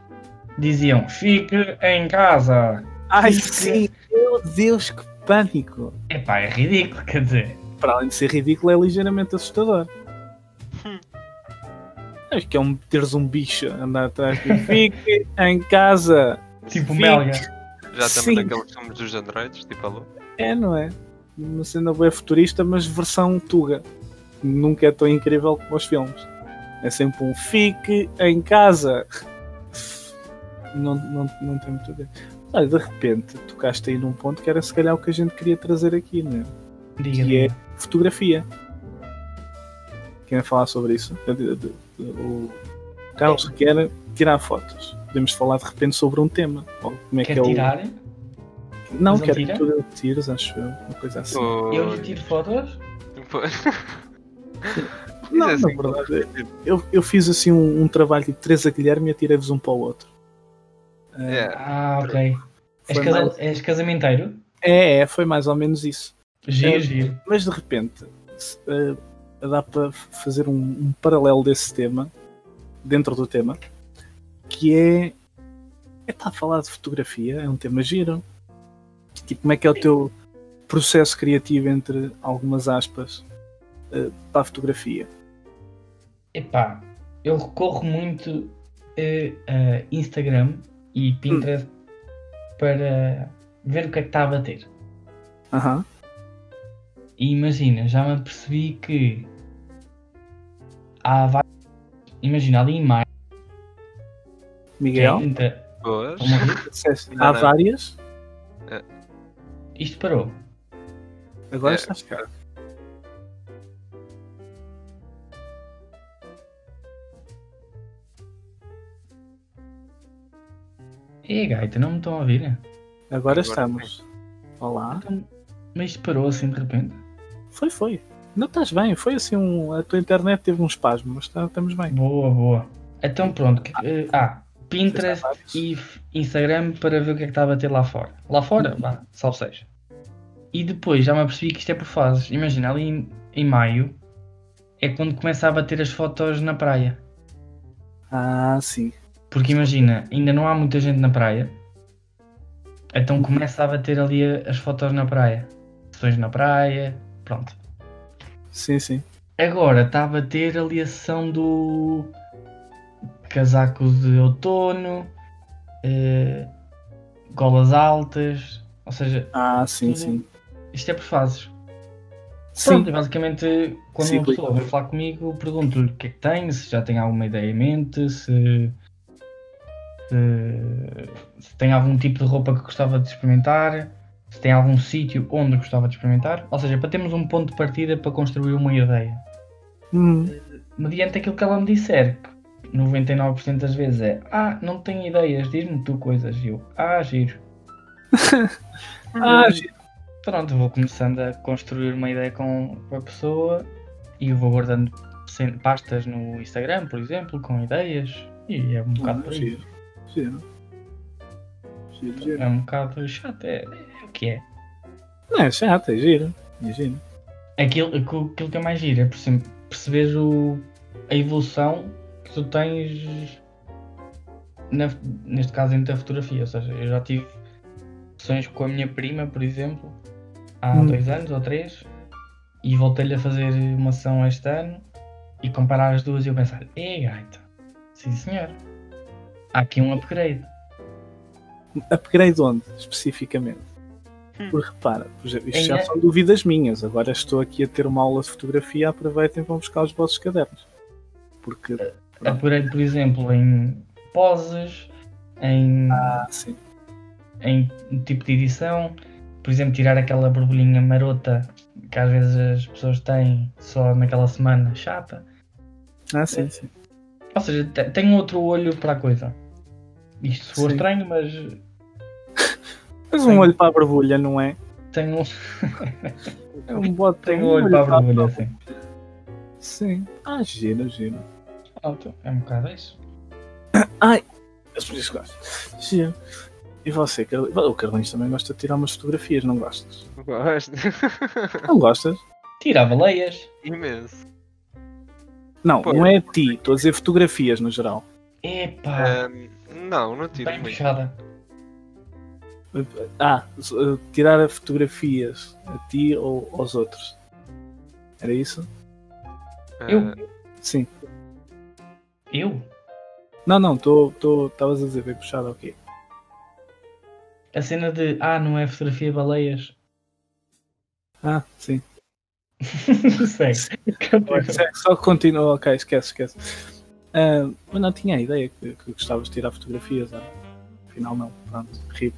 diziam fique em casa.
Ai,
sim.
sim, meu Deus, que pânico!
Epá, é ridículo, quer dizer.
Para além de ser ridículo, é ligeiramente assustador. Acho que é um teres um bicho a andar atrás de fique [laughs] em casa.
Tipo
Fique.
Melga.
Já
Sim.
estamos naqueles filmes dos androides, tipo alô.
É, não é? Uma cena bem futurista, mas versão tuga. Nunca é tão incrível como os filmes. É sempre um fique em casa. [laughs] Não, não, não tem muito a ver. Olha, de repente, tocaste aí num ponto que era se calhar o que a gente queria trazer aqui, né?
Diga.
que é fotografia. Querem falar sobre isso? Eu- eu- eu- O Carlos quer tirar fotos. Podemos falar de repente sobre um tema. Ou como é
Quer
que é o...
tirar?
Não,
Mas ele
quero
tira?
que tu lhe tires, acho eu. Uma coisa assim.
Eu lhe tiro fotos?
Não, na verdade, eu, eu fiz assim um, um trabalho de três a Guilherme e atirei-vos um para o outro.
É,
Ah, ok. És,
Foi
casal...
mais-
és casamenteiro?
É, é, foi mais ou menos isso.
Giro,
É.
giro.
Mas de repente, se, eh, dá para f- fazer um, um paralelo desse tema, dentro do tema, que é. É pá, falar de fotografia, é um tema giro. Tipo, como é que é o teu processo criativo entre algumas aspas eh, para a fotografia?
Epá, eu recorro muito eh, a Instagram e Pinterest para ver o que é que está a bater.
Aham,
E imagina, já me apercebi que há vários. Imagina ali em maio.
Miguel?
trinta-
boas.
vamos ouvir?
disseste,
Ah, Não,
há
não.
várias,
Isto parou.
agora
É.
estás cá.
É gaita, não me estão a ouvir?
Agora
Agora
estamos. Olá.
Então, mas isto parou assim de repente.
Foi, foi. Não estás bem, foi assim um. A tua internet teve um espasmo, mas tá- estamos bem.
Boa, boa. Então pronto. que- eh, Ah, Pinterest
Já sabes.
e F- Instagram para ver o que é que está a bater lá fora. Lá fora? Vá, salve seja. E depois já me apercebi que isto é por fases. Imagina, ali em, em maio é quando começa a bater as fotos na praia.
Ah, sim.
Porque imagina, ainda não há muita gente na praia. Então começa a bater ali a- as fotos na praia. Sessões na praia, pronto.
Sim, sim.
Agora está a bater ali a sessão do casaco de outono, eh, golas altas, ou seja,
Ah, sim, sim.
isto é por fases.
Sim.
Pronto, é basicamente, quando uma
Ciclo.
pessoa vem falar comigo, pergunto-lhe o que é que tem, se já tem alguma ideia em mente, se, se, se tem algum tipo de roupa que gostava de experimentar, se tem algum sítio onde gostava de experimentar. Ou seja, para termos um ponto de partida para construir uma ideia
Hum,
mediante aquilo que ela me disser, que 99% das vezes é Ah, não tenho ideias, diz-me tu coisas, e eu Ah, giro.
Ah, giro.
Pronto, vou começando a construir uma ideia com com a pessoa e vou guardando cen- pastas no Instagram, por exemplo, com ideias. E é um bocado por
Ah,
aí.
giro. Giro. Giro, giro.
É um bocado chato, é, é o que é.
Não, é chato, é giro. É giro.
Aquilo, aquilo aquilo que é mais giro é por exemplo, perceberes o, a evolução que tu tens na- neste caso dentro da fotografia. Ou seja, eu já tive sessões com a minha prima, por exemplo, há
Hum.
dois anos ou três, e voltei-lhe a fazer uma sessão este ano e comparar as duas e eu pensar, é gaita, sim senhor, há aqui um upgrade.
Upgrade onde, especificamente? Porque repara, por exemplo, isto já
Ainda-
são dúvidas minhas. Agora estou aqui a ter uma aula de fotografia. Aproveitem e vão buscar os vossos cadernos. Porque. Pronto.
Upgrade, por exemplo, em poses, em.
Ah, sim.
em tipo de edição, por exemplo, tirar aquela borbulhinha marota que às vezes as pessoas têm só naquela semana chata.
Ah, sim, sim.
Ou seja, te- tem outro olho para a coisa. Isto soa
Sim.
estranho, mas
Mas
Sim.
um olho para a borbulha, não é?
tem [laughs] um,
É um bote
tem um olho para a borbulha assim.
Sim. Ah, giro, giro.
Pronto, é um bocado isso.
As mulheres gostam. Giro. E você, Carlinhos? O Carlinhos também gosta de tirar umas fotografias, não gostas?
Gosto.
Não gostas?
Tira baleias.
[laughs] Imenso.
Não,
Pô.
não é a ti. Estou a dizer fotografias no geral.
Epá,
Ahm, não, não É, tiro
Ah. bem
muito.
puxada.
Ah, s- eh, tirar a fotografias a ti ou aos outros. Era isso?
Ah,
Eu?
Sim.
Eu?
Não, não, estou. estou- Estavas a dizer bem puxado, ok.
A cena de ah, não é fotografia baleias. [laughs]
Ah, sim.
Sei.
é Só continua, ok, esquece, esquece. Ah, eu não tinha a ideia que, que gostavas de tirar fotografias, ah. afinal não, pronto, ri.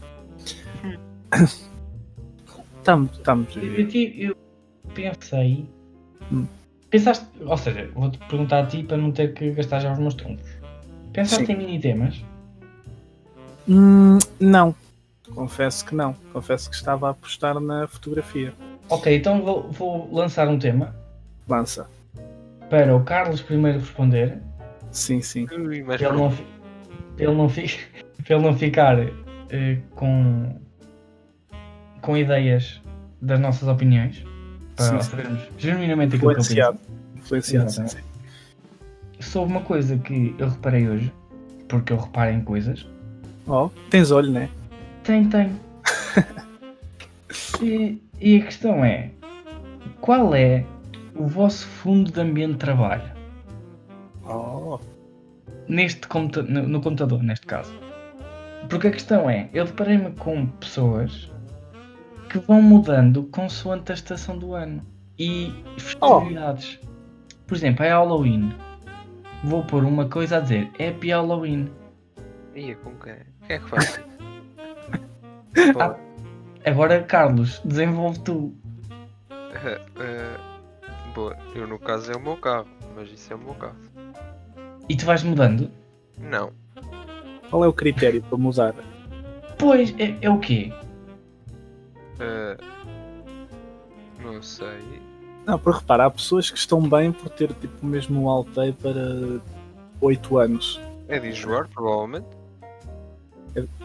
Estamos, estamos.
Eu, ti- eu pensei.
Hum.
Pensaste. Ou seja, vou-te perguntar a ti para não ter que gastar já os meus troncos. Pensaste
Sim.
em mini temas?
Hum, não, confesso que não. Confesso que estava a apostar na fotografia.
Ok, então vou, vou lançar um tema
Lança,
para o Carlos primeiro responder.
sim, sim.
Ui, mas
Para ele não, fi- para ele não, fi- [laughs] para ele não ficar eh, com, com ideias das nossas opiniões. Para
Sim, sim.
sabermos genuinamente aquilo que eu penso.
Influenciado. Influenciado, sim, sim.
Sobre uma coisa que eu reparei hoje, porque eu reparo em coisas.
Oh, tens olho, né?
Tem, tem. e, e a questão é: qual é o vosso fundo de ambiente de trabalho?
Oh,
Neste computa no, no computador, neste caso. Porque a questão é: eu deparei-me com pessoas que vão mudando consoante a estação do ano e festividades. Por exemplo, é Halloween. Vou pôr uma coisa a dizer: Happy Halloween.
Ia, com quem? Quem é que faz
[laughs]
isso? Pô,
Ah. Agora, Carlos, desenvolve tu.
eh, eh, boa, eu no caso é o meu carro, mas isso é o meu carro.
E tu vais mudando?
Não,
qual é o critério para mudar?
Pois, é, é o quê?
eh, não ah, sei.
Não, porque repara, há pessoas que estão bem por ter tipo o mesmo Altei para 8 anos.
É de enjoar, provavelmente.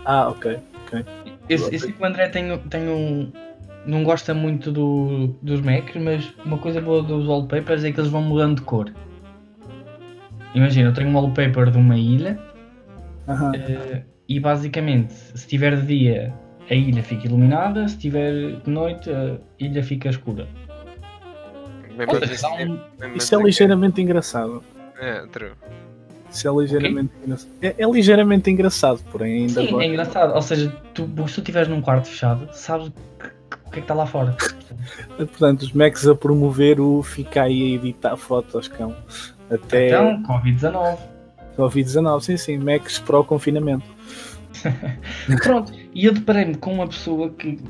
Ah, ok.
Eu, eu sei que o André tem, tem um. Não gosta muito do, dos Macs, mas uma coisa boa dos wallpapers é que eles vão mudando de cor. Imagina, eu tenho um wallpaper de uma ilha
Aham.
eh, e basicamente, se tiver de dia, a ilha fica iluminada, se tiver de noite, a ilha fica escura.
Mesmo
Ou
assim,
seja, dá um-
mesmo
Isso é
assim,
ligeiramente engraçado.
É, true.
Isso é ligeiramente engraçado. É, é ligeiramente engraçado, porém ainda
Sim,
gosto.
é engraçado. Ou seja, tu, se tu estiveres num quarto fechado, sabes o que, o que é que está lá fora.
Eh, Portanto, os Macs a promover o fica aí a editar fotos, cão. um- Até
Então, Covid-19.
Covid-19, sim, sim, Macs para o confinamento.
Pronto, e eu deparei-me com uma pessoa que,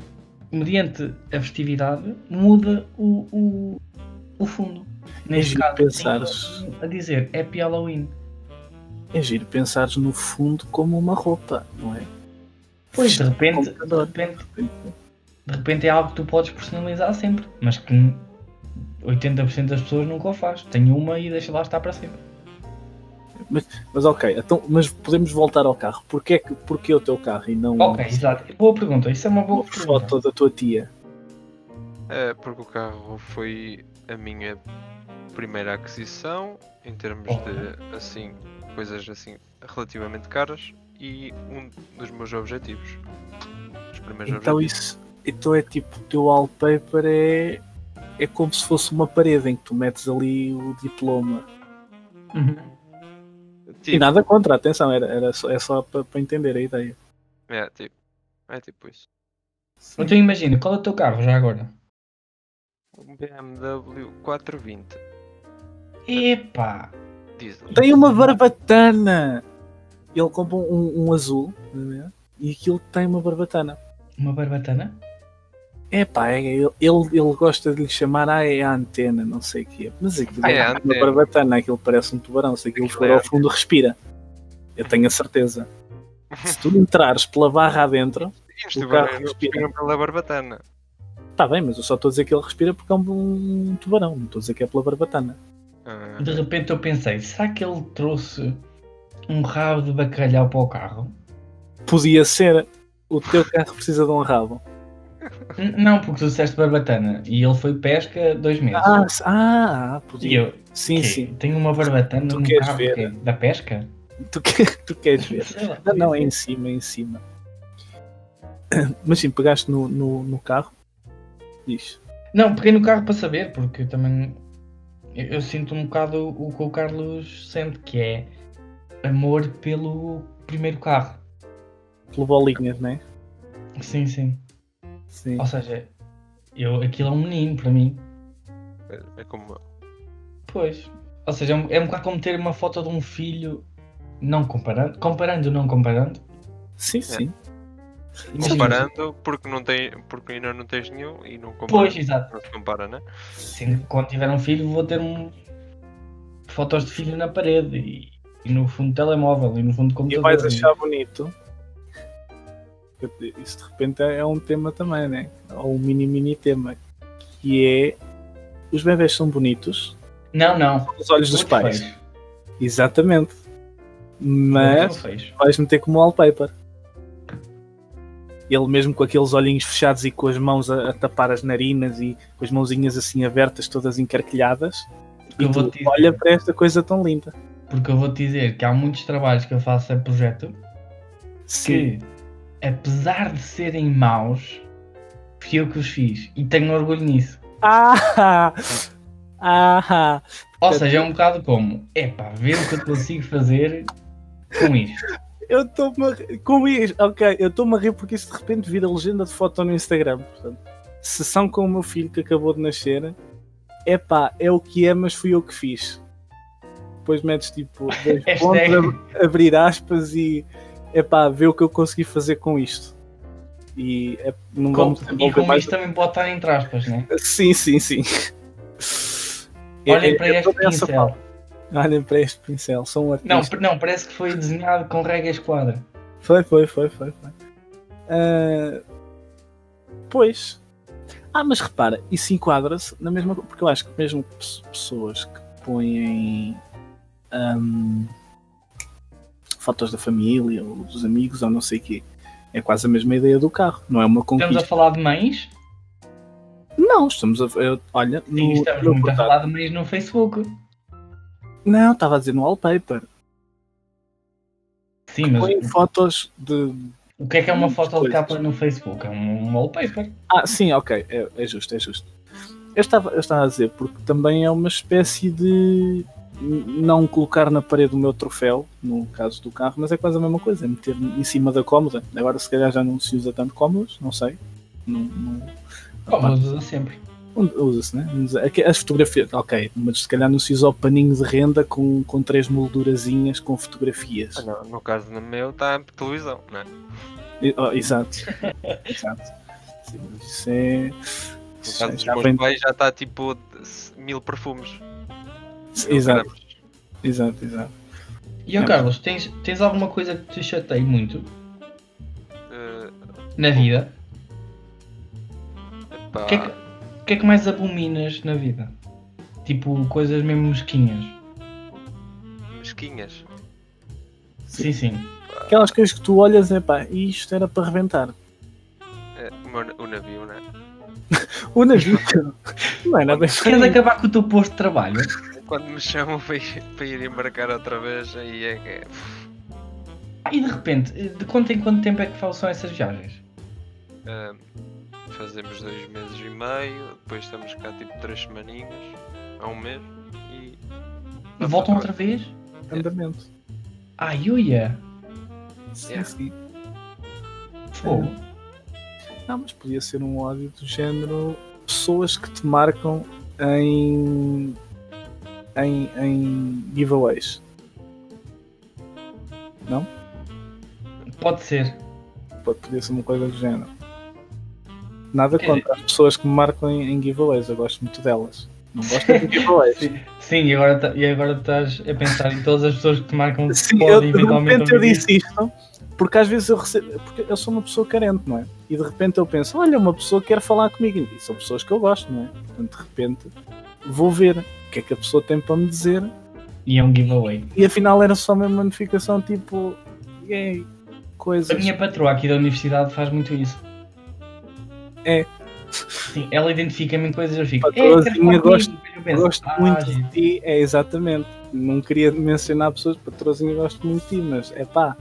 mediante a festividade, muda o, o, o fundo. Neste
É giro
caso,
pensares.
tem um a dizer Happy Halloween.
É giro pensares no fundo como uma roupa, não é?
Pois, de repente, de
Computador.
repente, de repente é algo que tu podes personalizar sempre, mas que 80% das pessoas nunca o faz. Tem uma e deixa lá estar para sempre.
Mas ok, então, mas podemos voltar ao carro. Porquê, é que- porquê o teu carro e não
Ok, exato. Boa pergunta, isso é uma boa
uma
pergunta.
foto da tua tia?
É, porque o carro foi a minha primeira aquisição em termos de assim coisas assim relativamente caras e um dos meus objetivos. Os primeiros
Então
objetivos.
isso então é tipo, o teu wallpaper é, é como se fosse uma parede em que tu metes ali o diploma.
Uhum.
E
Tipo,
nada contra, atenção, era, era só, é só para para entender a ideia.
é, tipo, é tipo isso.
Então imagina, qual é o teu carro já agora?
Um BMW 420
Epá!
diesel.
Tem uma barbatana! Ele compra um, um azul não é? e aquilo tem uma barbatana.
Uma barbatana?
É pá, é- ele, ele, ele gosta de lhe chamar ah, é a antena, não sei o que é. Mas aquilo
Ah,
é,
é a
uma
antena.
barbatana, aquilo parece um tubarão. Se aquilo
Aquilo
for
é a
ao fundo, respira. Eu tenho a certeza. Se tu entrares pela barra adentro,
Isto
o
vai-
carro
eles
respira.
tiram pela barbatana.
está Tá bem, mas eu só estou a dizer que ele respira porque é um, um tubarão, não estou a dizer que é pela barbatana.
Ah,
De repente eu pensei, será que ele trouxe um rabo de bacalhau para o carro?
Podia ser. O teu carro precisa de um rabo.
N- Não, porque tu disseste barbatana e ele foi pesca dois meses.
Ah, s- ah, ah,
e
podia.
eu,
Sim,
quê?
sim.
tenho uma barbatana
Tu
no
queres
carro
ver?
quê? da pesca?
Tu, que- tu queres ver?
Sei lá.
Não, não, é em cima, é em cima. Mas sim, pegaste no, no, no carro. Diz.
Não, peguei no carro para saber, porque eu também eu, eu sinto um bocado o que o Carlos sente, que é amor pelo primeiro carro.
Pelo bolinhas, não é?
Sim, sim.
Sim.
Ou seja, eu, aquilo é um menino para mim.
Então,
é- é como
Pois. Ou seja, é um, é um bocado como ter uma foto de um filho, não comparando, comparando não comparando. É.
Sim, sim. é
Imagina-
comparando porque, não tem, porque ainda não tens nenhum e não comparas.
Pois, exato.
Não se compara, né?
Sim, quando tiver um filho, vou ter um... fotos de filho na parede e, e no fundo telemóvel e no fundo
E
computador.
vais achar bonito. Isso de repente é um tema também, né? Ou um mini mini tema. Que é os bebés são bonitos
Não, não.
aos olhos dos
Muito
pais.
feios.
Exatamente.
Muito
Mas
feios.
vais meter como wallpaper. Ele mesmo com aqueles olhinhos fechados e com as mãos a, a tapar as narinas e com as mãozinhas assim abertas, todas encarquilhadas.
Eu
e tu,
vou te dizer-
olha para esta coisa tão linda.
Porque eu vou-te dizer que há muitos trabalhos que eu faço a projeto que, apesar de serem maus, fui eu que os fiz e tenho orgulho nisso.
Ah! [laughs] Ah!
Ou seja, é um bocado como, epá, ver o que eu consigo fazer com
[laughs]
isto.
Eu estou-me a rir. Com isto, ok, eu estou-me a rir porque isso de repente vira legenda de foto no Instagram. Portanto, sessão com o meu filho que acabou de nascer. É pá, é o que é, mas fui eu que fiz. Depois metes tipo
[laughs]
dois
Hashtag.
pontos, ab- abrir aspas e é pá, vê o que eu consegui fazer com isto. E é- não
Com,
vamos
e
desenvolver
como
mais. um.
isto também pode estar entre aspas, né?
Sim, sim, sim.
Olhem
É-
para
é
este
toda essa
pincel.
parte. Olhem para este pincel, são um artista.
Não, pa- não, parece que foi desenhado com regra esquadra.
Foi, foi, foi, foi. foi. Ah, É, pois. Ah, mas repara, isso enquadra-se na mesma coisa, porque eu acho que mesmo pes- pessoas que põem ahm, fotos da família ou dos amigos ou não sei o quê, é quase a mesma ideia do carro, não é uma
Estamos
conquista.
a falar de mães?
Não, estamos a. eu- olha,
Sim,
no,
estamos
no
muito a
portátil-
falar de mães no Facebook.
Não, estava a dizer no wallpaper.
Sim, mas
Põem fotos de.
o que é que é uma foto de
coisas.
capa no Facebook? É um wallpaper.
Ah, sim, ok, é, é justo, é justo. Eu estava, eu estava a dizer, porque também é uma espécie de n- não colocar na parede o meu troféu, no caso do carro, mas é quase a mesma coisa, é meter em cima da cómoda. Agora se calhar já não se usa tanto cómodas, não sei. Não, não-
Como eles usam sempre.
Onde- Usa-se, né? Mas aqui- As fotografias, ok, mas se calhar não se usa o paninho de renda com, com três moldurazinhas com fotografias.
Ah, não, no caso do meu está a televisão, não é? No
E- oh, exato. exato. Sim, mas isso é. isso é-
caso dos
já
meus
vem-
pais já está tipo s- mil perfumes. mil
Exato,
gramas.
exato, exato.
E, ó
Não.
Carlos, tens, tens alguma coisa que te chateie muito
Eh,
na vida?
pá,
Que é que- O que é que mais abominas na vida? Tipo, coisas mesmo mesquinhas.
mesquinhas.
Sim, sim.
Aquelas coisas que tu olhas é pá, isto era para reventar.
Eh, o meu- o navio, não é?
O navio não é nada
Queres
bem.
acabar com o teu posto de trabalho?
Quando me chamam [laughs] para ir, para ir embarcar outra vez, aí é que é.
Ah, E de repente, de quanto em quanto tempo é que são essas viagens?
Ahm, eh, fazemos dois meses e meio, depois estamos cá tipo três semaninhas, há um mês e. tá
E
é.
voltam outra vez?
Andamento.
Ai, uia!
Sim,
Yeah.
sim.
Fogo!
Não, mas podia ser um ódio do género pessoas que te marcam em. em, em giveaways.
Pode ser.
Pode- Podia ser uma coisa do género. Nada
Quer
contra as pessoas que me marcam em, em giveaways, eu gosto muito delas. Não gosto de giveaways.
Sim, e agora, tá- e agora estás a pensar em todas as pessoas que te marcam que
Sim, eu,
podem
de
eventualmente
repente eu
ouvir
disse isto, porque às vezes eu recebo. Porque eu sou uma pessoa carente, não é? E de repente eu penso, olha, uma pessoa quer falar comigo. E são pessoas que eu gosto, não é? Portanto, de repente vou ver o que é que a pessoa tem para me dizer.
isto. E é um giveaway.
E afinal era só mesmo uma notificação tipo. Yay,
A
coisas.
minha patroa aqui da universidade faz muito isso.
É.
Sim, ela identifica-me em coisas e eu fico. "É,
Patroazinha,
quero falar comigo."
gosto-
Depois eu penso,
Gosto
"Ah,
muito
giro."
de ti, é exatamente. Não queria mencionar pessoas, patrocínio gosto muito de ti, mas é pá.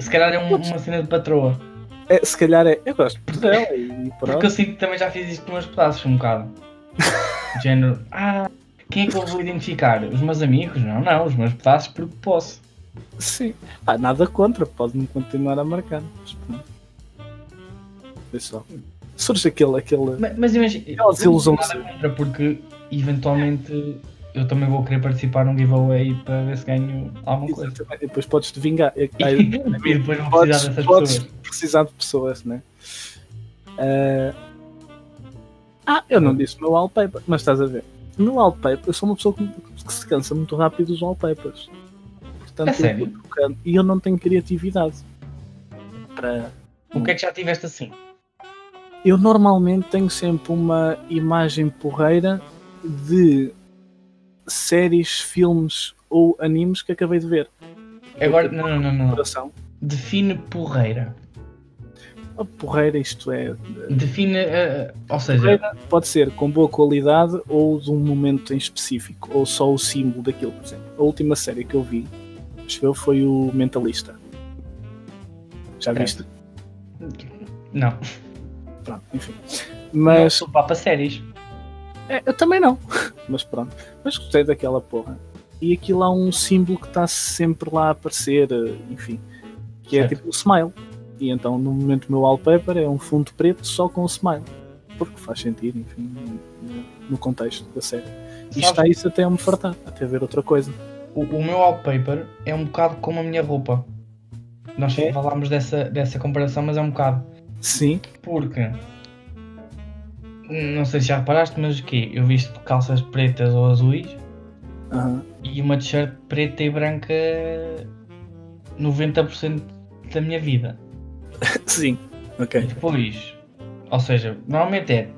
Se calhar é um- uma cena de patroa.
É, se calhar é. Eu gosto muito dela e, e
Porque eu
pronto.
sinto que também já fiz isto com meus pedaços um bocado. De Género, [laughs] ah, quem é que eu vou identificar? Os meus amigos? Não, não, os meus pedaços porque posso.
Sim. Pá, nada contra, pode-me continuar a marcar. Mas pronto. Foi só. Surge aquele. aquele...
Mas, mas imagina,
Aquela desilusão
não tenho nada contra porque eventualmente eu também vou querer participar num giveaway para ver se ganho alguma coisa.
Exatamente, E depois podes te vingar. É-
[laughs] E,
aí-
depois vou
podes,
precisar dessas
podes
pessoas.
precisar de pessoas, né? é? Ah, eu não disse o meu wallpaper, mas estás a ver. O meu wallpaper, eu sou uma pessoa que, que se cansa muito rápido dos wallpapers. Portanto,
A
eu
sério?
vou trocando. e eu não tenho criatividade. Para...
O que é que já tiveste assim?
Eu normalmente tenho sempre uma imagem porreira de séries, filmes ou animes que acabei de ver.
Agora, não, não, não, não.
Coração.
Define porreira.
A porreira, isto é,
Define, eh, ou seja,
Porreira pode ser com boa qualidade ou de um momento em específico, ou só o símbolo daquilo, por exemplo. A última série que eu vi, acho eu, foi o Mentalista. Já
Ok.
viste?
não,
Pronto, enfim.
não
Mas
sou papa séries.
é, eu também
[laughs]
não. Mas pronto. Mas gostei daquela porra. E aquilo há um símbolo que está sempre lá a aparecer, eh, enfim, que é
Certo.
tipo o smile. E então, no momento, o meu wallpaper é um fundo preto só com o smile. Porque faz sentido, enfim, no- no contexto da série. E
Sabes?
está isso até a me fartar, até ver outra coisa.
O, o meu wallpaper é um bocado como a minha roupa. Nós
É?
falámos dessa, dessa comparação, mas é um bocado.
Sim,
Porque. Não sei se já reparaste, mas o quê? Eu visto calças pretas ou azuis
aham, [laughs]
e uma t-shirt preta e branca 90% da minha vida.
sim,
E
ok.
depois Ou seja, normalmente é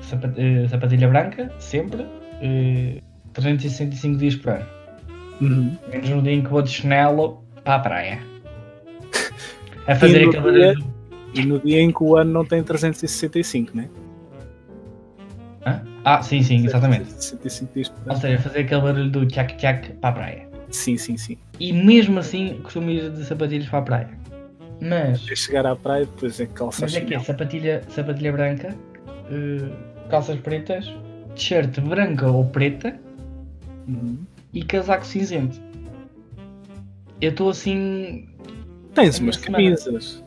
sapa- eh, sapatilha branca, sempre, eh, 365 dias por ano.
Uhum.
Menos no dia em que vou de chinelo para a praia.
[laughs]
A fazer
no
aquele
dia-
barulho.
E no dia em que o ano não tem 365, né?
Hã? Ah, sim, sim, exatamente.
365 dias por
Ou
ano.
seja, fazer aquele barulho do tchac-tchac para a praia.
Sim, sim, sim.
E mesmo assim, costumo ir de sapatilhas para a praia. Mas,
Depois chegar à praia, depois é calça
mas é que é
chinelo.
sapatilha, sapatilha branca, eh, calças pretas, t-shirt branca ou preta
Uhum.
e casaco cinzento. Eu estou assim.
Tens
É
umas
minha semana.
camisas.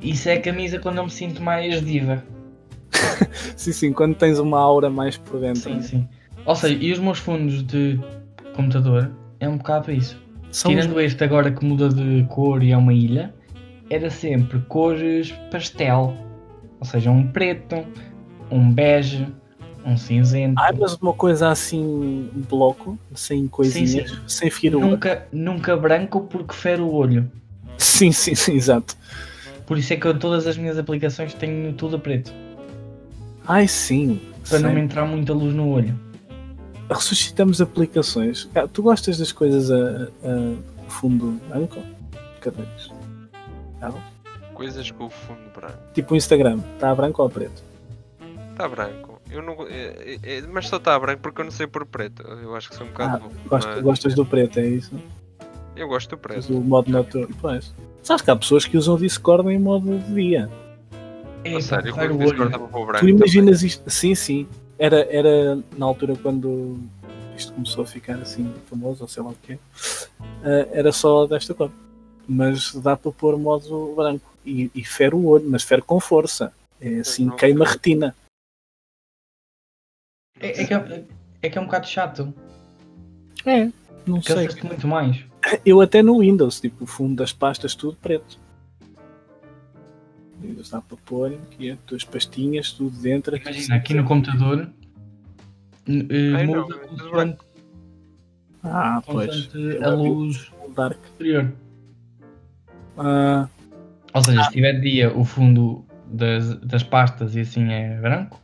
Isso é a camisa quando eu me sinto mais diva.
Sim, sim, quando tens uma aura mais por dentro. né?
Sim, sim. Ou seja, e os meus fundos de computador é um bocado para isso.
São os-
Tirando este agora que muda de cor e é uma ilha, era sempre cores pastel. Ou seja, um preto, um bege, um cinzento.
Ah, mas uma coisa assim, bloco, sem coisinhas,
Sim,
sem firula.
nunca, nunca branco porque fere o olho.
Sim, sim, sim, exato.
Por isso é que eu todas as minhas aplicações tenho tudo a preto.
Ai, sim.
Para não
sim.
me entrar muita luz no olho.
Ressuscitamos aplicações. Ah, tu gostas das coisas a, a fundo branco? Cada vez.
Coisas com o fundo branco.
Tipo o Instagram, está branco ou preto?
Está branco. Eu não, go- é- é- é- mas só está branco porque eu não sei por preto. Eu acho que sou um bocado burro.
Ah, Gosto-
mas
Gostas do preto, é isso?
Eu gosto do
Mas
preto.
o modo noturno. Pois. Sabes que há pessoas que usam o Discord em modo de dia.
É
A sério, tá-
para
eu vou
o
dizer que
olho.
estava para o branco.
tu imaginas isto? Sim, sim. Era, era na altura quando isto começou a ficar assim famoso, ou sei lá o que é. era só desta cor. Mas dá para pôr modo branco. E, e fere o olho, mas fere com força. É assim,
não-
queima a retina.
É, é que é, é que é um bocado chato.
É, não
Que eu
sei.
acerto muito mais.
Eu até no Windows, tipo, o fundo das pastas, tudo preto. Windows dá para pôr aqui as tuas pastinhas, tudo dentro.
Imagina, aqui no computador. n- eh,
Ai, não,
muda
mas
consoante-
Ah, pois.
consoante eh, a luz
Dark.
exterior.
Ah,
Ou seja, se tiver de dia o fundo das, das pastas e assim é branco,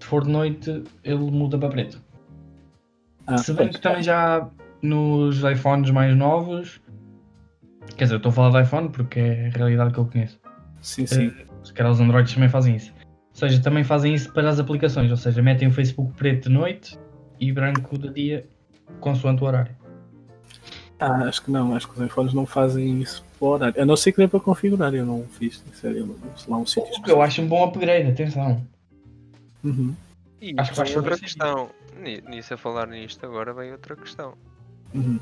se for de noite ele muda para preto.
ah,
se bem
pois.
que também já nos iPhones mais novos, quer dizer, eu estou a falar de iPhone porque é a realidade que eu conheço.
Sim, sim.
Se calhar os Androids também fazem isso. Ou seja, também fazem isso para as aplicações, ou seja, metem o Facebook preto de noite e branco de dia, consoante o horário.
Ah, acho que não, acho que os iPhones não fazem isso por horário. A não ser que dê para configurar, eu não fiz, sério, eu não- sei lá, um sítio
O que eu acho um bom upgrade, atenção.
Uhum,
E
Acho que faz todo
é outra
sentido.
questão. Ni- Nisso a falar nisto, agora vem outra questão.
uhum.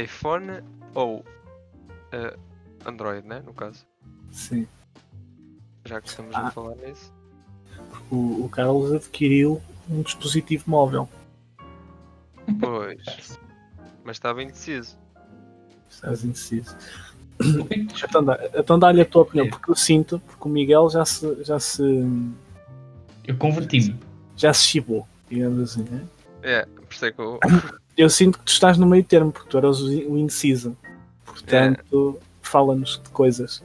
iPhone ou eh, Android, né? No caso.
Sim.
Já que estamos
Ah.
a falar nisso.
O, o Carlos adquiriu um dispositivo móvel.
Pois. Mas estava indeciso.
Estás é indeciso.
O que é que
Então dá- Então dá-lhe a tua opinião, porque eu sinto, porque o Miguel já se já se,
Eu converti-me.
já se chibou, digamos assim. né?
É, por isso é que eu.
[coughs]
Eu sinto que tu estás no meio termo, porque tu eras o in- o indeciso. Portanto, fala-nos de coisas.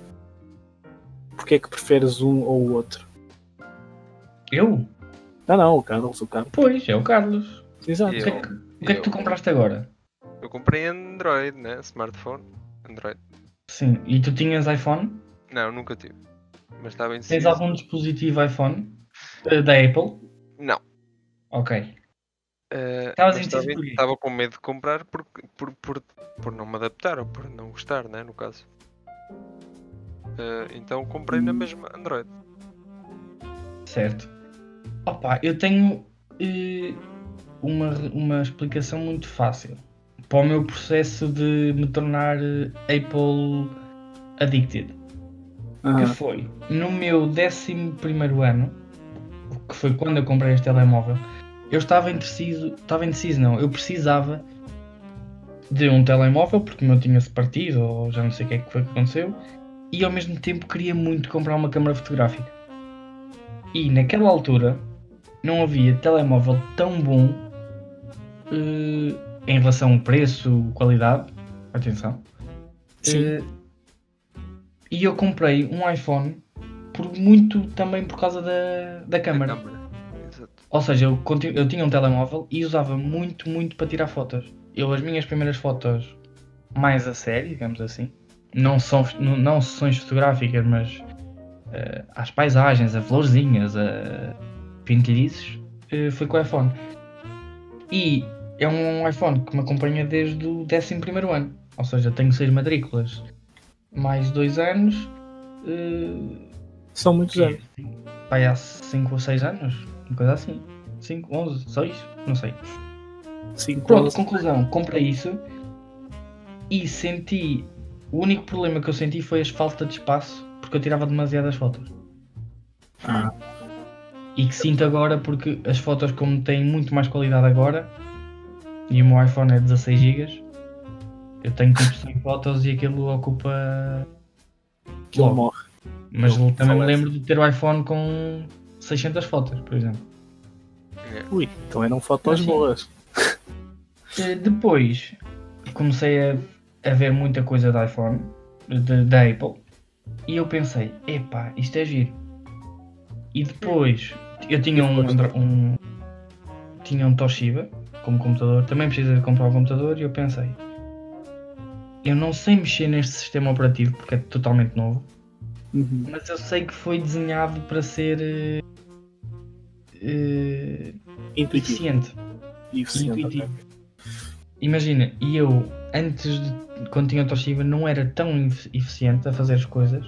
Porquê é que preferes um ou o outro?
Eu?
Não, não, o Carlos, o Carlos. Pois.
Pois, é o Carlos.
Exato.
O
Eu-
que, é que, o que é que tu
eu-
compraste agora?
Eu comprei Android, né? Smartphone. Android.
Sim, e tu tinhas iPhone?
Não, nunca tive. Mas estava indeciso.
Tens algum dispositivo iPhone? Eh, Da Apple?
Não.
Ok.
Eh,
Estavas
mas
indeciso
estava-
porquê?
Estava com medo de comprar por, por, por, por não me adaptar ou por não gostar, né? No caso. Eh, então comprei na mesma Android.
Certo. Opa, eu tenho eh, uma, uma explicação muito fácil para o meu processo de me tornar eh, Apple addicted. Que
Aham.
foi no meu 11 ano, que foi quando eu comprei este telemóvel, eu estava indeciso, estava indeciso não, eu precisava de um telemóvel porque o meu tinha-se partido ou já não sei o que é que foi que aconteceu e ao mesmo tempo queria muito comprar uma câmara fotográfica. E naquela altura não havia telemóvel tão bom eh, em relação ao preço, qualidade, atenção.
Sim.
Eh, e eu comprei um iPhone por muito também por causa da, da câmara.
Da É câmara. Exato.
Ou seja, eu, conti- eu tinha um telemóvel e usava muito, muito para tirar fotos. Eu, as minhas primeiras fotos, mais a sério, digamos assim, não, são, não, não sessões fotográficas, mas eh, às paisagens, a florzinhas, a pintelhices, eh, foi com o iPhone. E é um iPhone que me acompanha desde o 11 ano. Ou seja, tenho seis matrículas, mais dois anos. eh,
É, São muitos anos.
que Vai há 5 ou 6 anos, uma coisa assim. 5, 11, 6, não sei.
Cinco
Pronto,
anos.
conclusão, comprei isso e senti. O único problema que eu senti foi a falta de espaço, porque eu tirava demasiadas fotos.
Ah.
E que sinto agora porque as fotos como têm muito mais qualidade agora e o meu iPhone é 16 GB, eu tenho tipo 100 fotos e aquilo ocupa
que ele morre.
Mas
Eu
também me
falei
lembro de ter o iPhone com 600 fotos, por exemplo.
Ui, então eram fotos
Sim.
boas.
Eh, Depois comecei a, a ver muita coisa da iPhone, de- da Apple, e eu pensei, epá, isto é giro. E depois eu tinha um, Andro- um- tinha um Toshiba como computador, também precisei de comprar um computador e eu pensei, eu não sei mexer neste sistema operativo porque é totalmente novo,
Uhum.
mas eu sei que foi desenhado para ser eh, eh,
Uhum. Intuitivo.
eficiente.
E eficiente,
Intuitivo.
ok.
Imagina, e eu, antes de quando tinha o Toshiba, não era tão efe- eficiente a fazer as coisas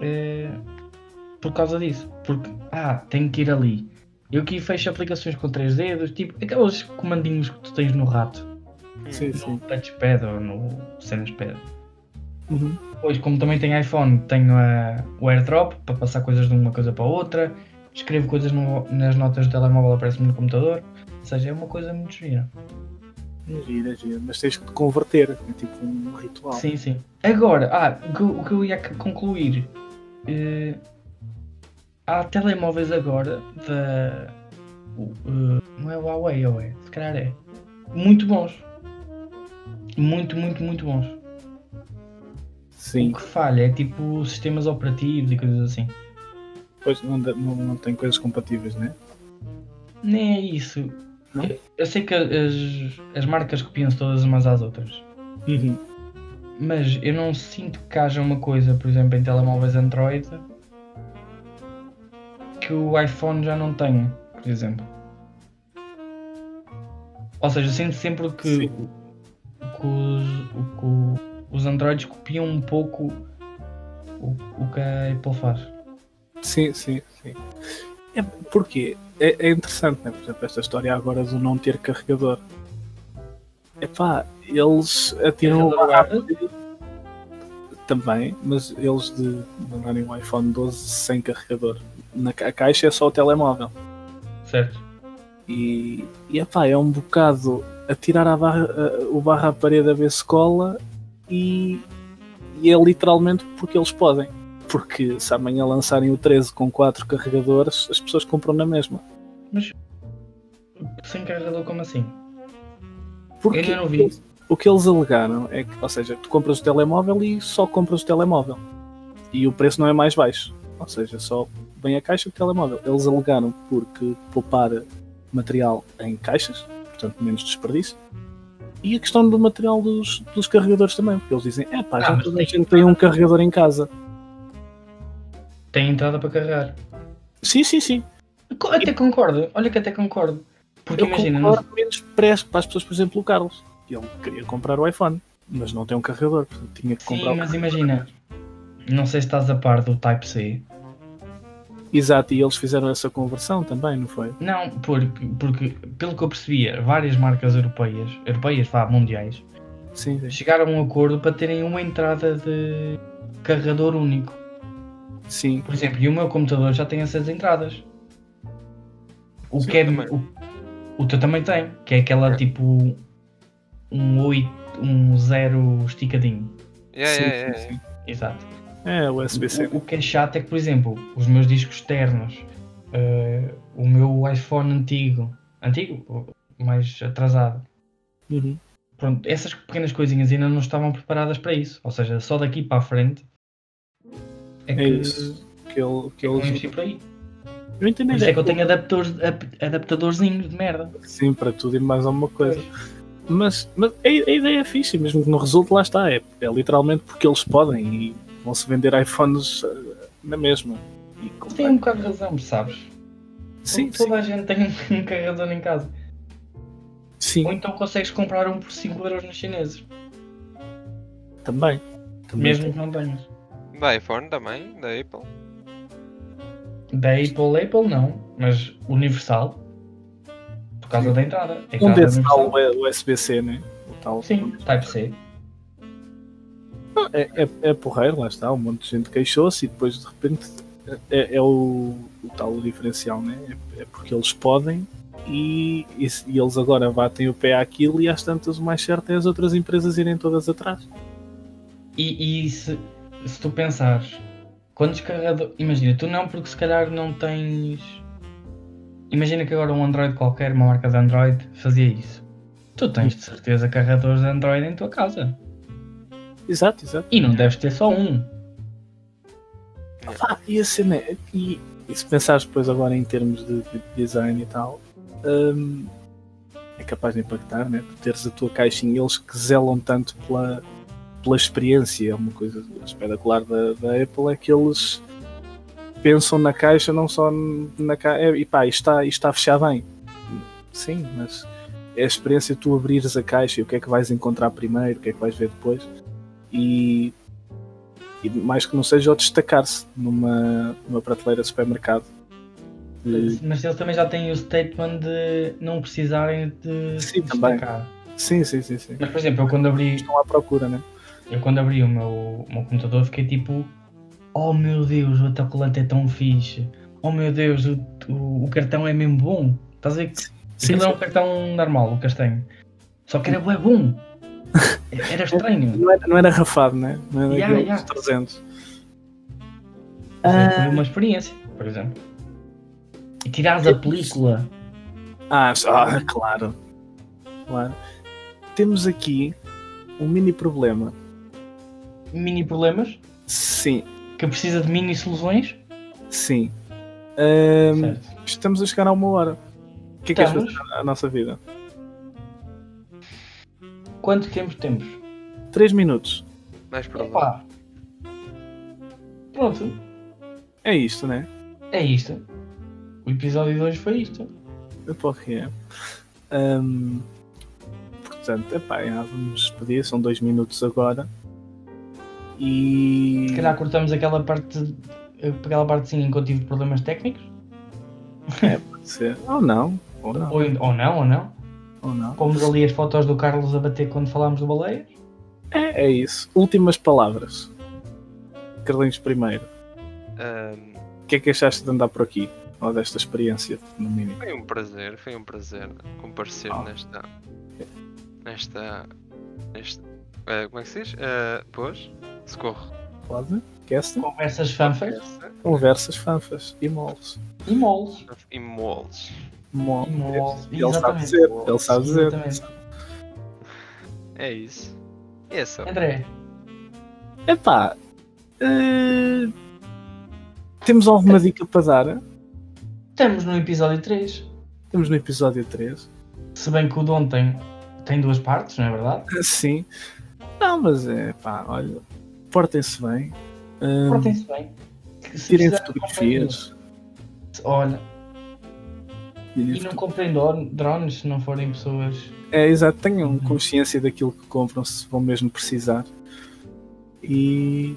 eh, por causa disso. Porque, ah, tenho que ir ali. Eu aqui fecho aplicações com três dedos, tipo aqueles comandinhos que tu tens no rato,
Sim, sim.
no touchpad ou no cenaspad.
Uhum.
Pois, como também tenho iPhone, tenho a- o AirDrop para passar coisas de uma coisa para outra, escrevo coisas no- nas notas do telemóvel, aparece-me no computador. Ou seja, é uma coisa muito gira.
Gira, gira. é Mas tens que te converter. É tipo um ritual.
Sim, sim. Agora, ah, o que, eu- o que eu ia c- concluir. eh, há telemóveis agora da. o- eh, não é o Huawei, ou é? Se calhar é. Muito bons. Muito, muito, muito bons.
Sim.
O que falha é tipo sistemas operativos e coisas assim.
Pois não, dá- não, não tem coisas compatíveis, né?
Nem é isso.
Não?
Eu, eu sei que as, as marcas copiam-se todas umas às outras.
Uhum.
Mas eu não sinto que haja uma coisa, por exemplo, em telemóveis Android que o iPhone já não tem, por exemplo. Ou seja, eu sinto sempre que,
Sim.
que os, o que o- os Androids copiam um pouco o, o que a Apple faz.
Sim, sim, sim. É, porquê? É, é interessante, né? Por exemplo, esta história agora do não ter carregador. Epá, eles atiram
Carregador
uma árvore também, mas eles de mandarem um iPhone 12 sem carregador. Na, ca- a caixa é só o telemóvel.
Certo.
E, e epá, é um bocado atirar a barra, a- o barra à parede a ver se cola e, e é literalmente porque eles podem. Porque se amanhã lançarem o 13 com 4 carregadores, as pessoas compram na mesma.
Sem carregador, como assim?
Porque
Eu ainda não vi.
o que eles alegaram é que, ou seja, tu compras o telemóvel e só compras o telemóvel. E o preço não é mais baixo. Ou seja, só vem a caixa do telemóvel. Eles alegaram porque poupar material em caixas, portanto menos desperdício. E a questão do material dos, dos carregadores também, porque eles dizem, é pá,
Ah,
já
mas
toda a gente tem um carregador em casa.
Tem entrada para carregar.
Sim, sim, sim.
Co- Até concordo, olha que até concordo. Porque
Eu
imagina, não-
concordo menos preço para as pessoas, por exemplo, o Carlos. Ele queria comprar o iPhone, mas não tem um carregador, portanto tinha que comprar
Sim,
o
mas imagina. Não sei se estás a par do Type-C.
Exato, e eles fizeram essa conversão também, não foi?
Não, porque, porque pelo que eu percebia, várias marcas europeias, europeias, vá, mundiais,
Sim, sim.
chegaram a um acordo para terem uma entrada de carregador único.
Sim,
Por exemplo, e o meu computador já tem essas entradas. O
Sim,
que é.
também.
O, o teu também tem, que é aquela
É.
tipo. Um 8, um 0 esticadinho.
Yeah,
sim,
yeah, yeah,
sim, sim.
Exato.
É o USB-C.
O, o que é chato é que, por exemplo, os meus discos externos, eh, o meu iPhone antigo, antigo, mais atrasado,
Uhum.
pronto, essas pequenas coisinhas ainda não estavam preparadas para isso. Ou seja, só daqui para a frente é,
É
que
isso. que ele. Que
Eu
ele
investi por aí.
eu entendi.
Por isso é que eu tenho adaptadores, ap- adaptadorzinhos de merda.
Sim, para tudo e mais alguma coisa. Mas, mas a, a ideia é fixe, e mesmo que não resulte, lá está. É, é literalmente porque eles podem e vão-se vender iPhones eh, na mesma. E
Tu
comprar.
Tem um bocado de razão, sabes?
sim, sim,
Toda a gente tem um [laughs] carregador em casa.
sim,
Ou então consegues comprar um por 5 euros nos chineses,
também. também
mesmo
tem.
que não tenhas.
Da iPhone também, da Apple.
Da Apple, Apple não, mas Universal. Por causa
Sim.
da entrada. É
Um
entrada
desses
universal.
tal é o USB-C, né? O tal.
Sim, tá Type-C.
É, é, é porreiro, lá está. Um monte de gente queixou-se e depois de repente é, é o, o tal diferencial, né? É, é porque eles podem e, e se- e eles agora batem o pé àquilo e às tantas o mais certo é as outras empresas irem todas atrás.
E, e se, se tu pensares, quantos carregadores. Imagina, tu não, porque se calhar não tens. Imagina que agora um Android qualquer, uma marca de Android, fazia isso. Tu tens de certeza carregadores de Android em tua casa.
Exato, exato.
E não deves ter só um.
Ah, e a cena é- e, e se pensares depois agora em termos de, de design e tal, hum, é capaz de impactar, né? Tu teres a tua caixinha, eles que zelam tanto pela, pela experiência, é uma coisa espetacular da, da Apple, é que eles pensam na caixa, não só na caixa, e pá, isto está, isto está a fechar bem. Sim, mas é a experiência de tu abrires a caixa e o que é que vais encontrar primeiro, o que é que vais ver depois. E e mais que não seja ao destacar-se numa, numa prateleira de supermercado. E-
Mas eles também já têm o statement de não precisarem de
Sim, também.
destacar.
sim, sim, sim, sim.
Mas por exemplo, eu quando abri
Estão à procura, né?
Eu quando abri o meu, o meu computador fiquei tipo Oh meu Deus, o autocolante é tão fixe Oh meu Deus, o, o, o cartão é mesmo bom Estás a ver? que
Sim,
Aquilo era um cartão normal, o castanho Só que era bué
[laughs]
bom Era estranho
Não, era, não era rafado, né? Não era
Ya,
aquele
ya.
dos 300. Ah.
Mas Foi uma experiência, por exemplo E tirares a película
Ah, ah, claro. claro. Temos aqui um mini problema.
Mini problemas
Sim,
Que precisa de mini soluções
sim. Ahm,
Certo
estamos a chegar a uma hora. O que é que és
Estamos.
fazer à nossa vida?
Quanto tempo temos?
3 minutos.
Mais problema.
Opa Pronto,
É isto, né?
é isto O episódio de hoje foi isto
Eu posso que é. Ahm, portanto, epá, já vamos pedir, são dois minutos agora. E. Hum.
Se calhar cortamos aquela parte, aquela parte sim enquanto tive problemas técnicos.
pode ser. Ou não, ou não,
Ou, ou não, ou não.
ou não.
Pomos ali as fotos do Carlos a bater quando falámos do baleia.
É, é isso. Últimas palavras. Carlinhos, primeiro.
Ahm,
O que é que achaste de andar por aqui? Ou desta experiência, no mínimo?
foi um prazer, foi um prazer comparecer nesta. Nesta. Nesta. eh, como é que se diz? Eh, pois? Socorro.
Pode? Cast?
Conversas fanfare
Conversas, fanfas e moles.
e moles.
E moles.
Mol-
E moles,
Ele
exatamente.
sabe dizer, ele sabe dizer.
Exatamente.
É isso. E é só.
André,
Epá, eh, temos
É.
alguma dica para dar?
estamos no episódio 3.
Estamos no episódio 3.
Se bem que o de ontem tem duas partes, não é verdade?
Sim. Não, mas é pá, olha, portem-se bem. Hum,
Portem-se bem. Que se
tirem
precisarem de
fotografias.
companhia, Olha,
tirem
e não
foto-
comprem dro- drones se não forem pessoas.
É, exato,
Uhum.
tenham consciência daquilo que compram, se vão mesmo precisar. E,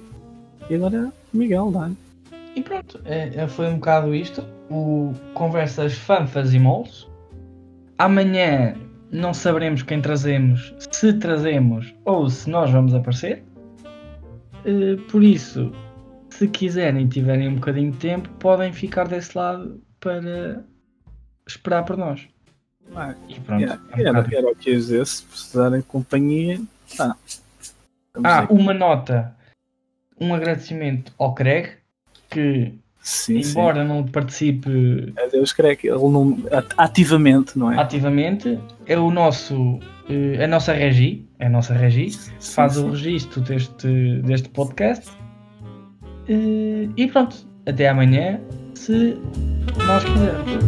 e agora, Miguel, dá
E pronto, é- é- foi um bocado isto. O Conversas Fanfas e Moles. Amanhã não saberemos quem trazemos, se trazemos ou se nós vamos aparecer. Eh, Por isso, se quiserem e tiverem um bocadinho de tempo, podem ficar desse lado para esperar por nós.
Vai.
E pronto.
Era,
é um
era,
bocado-
era o que eu ia dizer, se precisarem de companhia, tá. Estamos
Ah,
aqui.
uma nota. Um agradecimento ao Craig, que
sim, sim.
embora não participe
Adeus, creio que ele não. at- ativamente, não é?
ativamente é o nosso eh, a nossa regi a nossa regi
Sim,
faz
sim.
o registro deste deste podcast Eh, e pronto Até amanhã, se nós quisermos.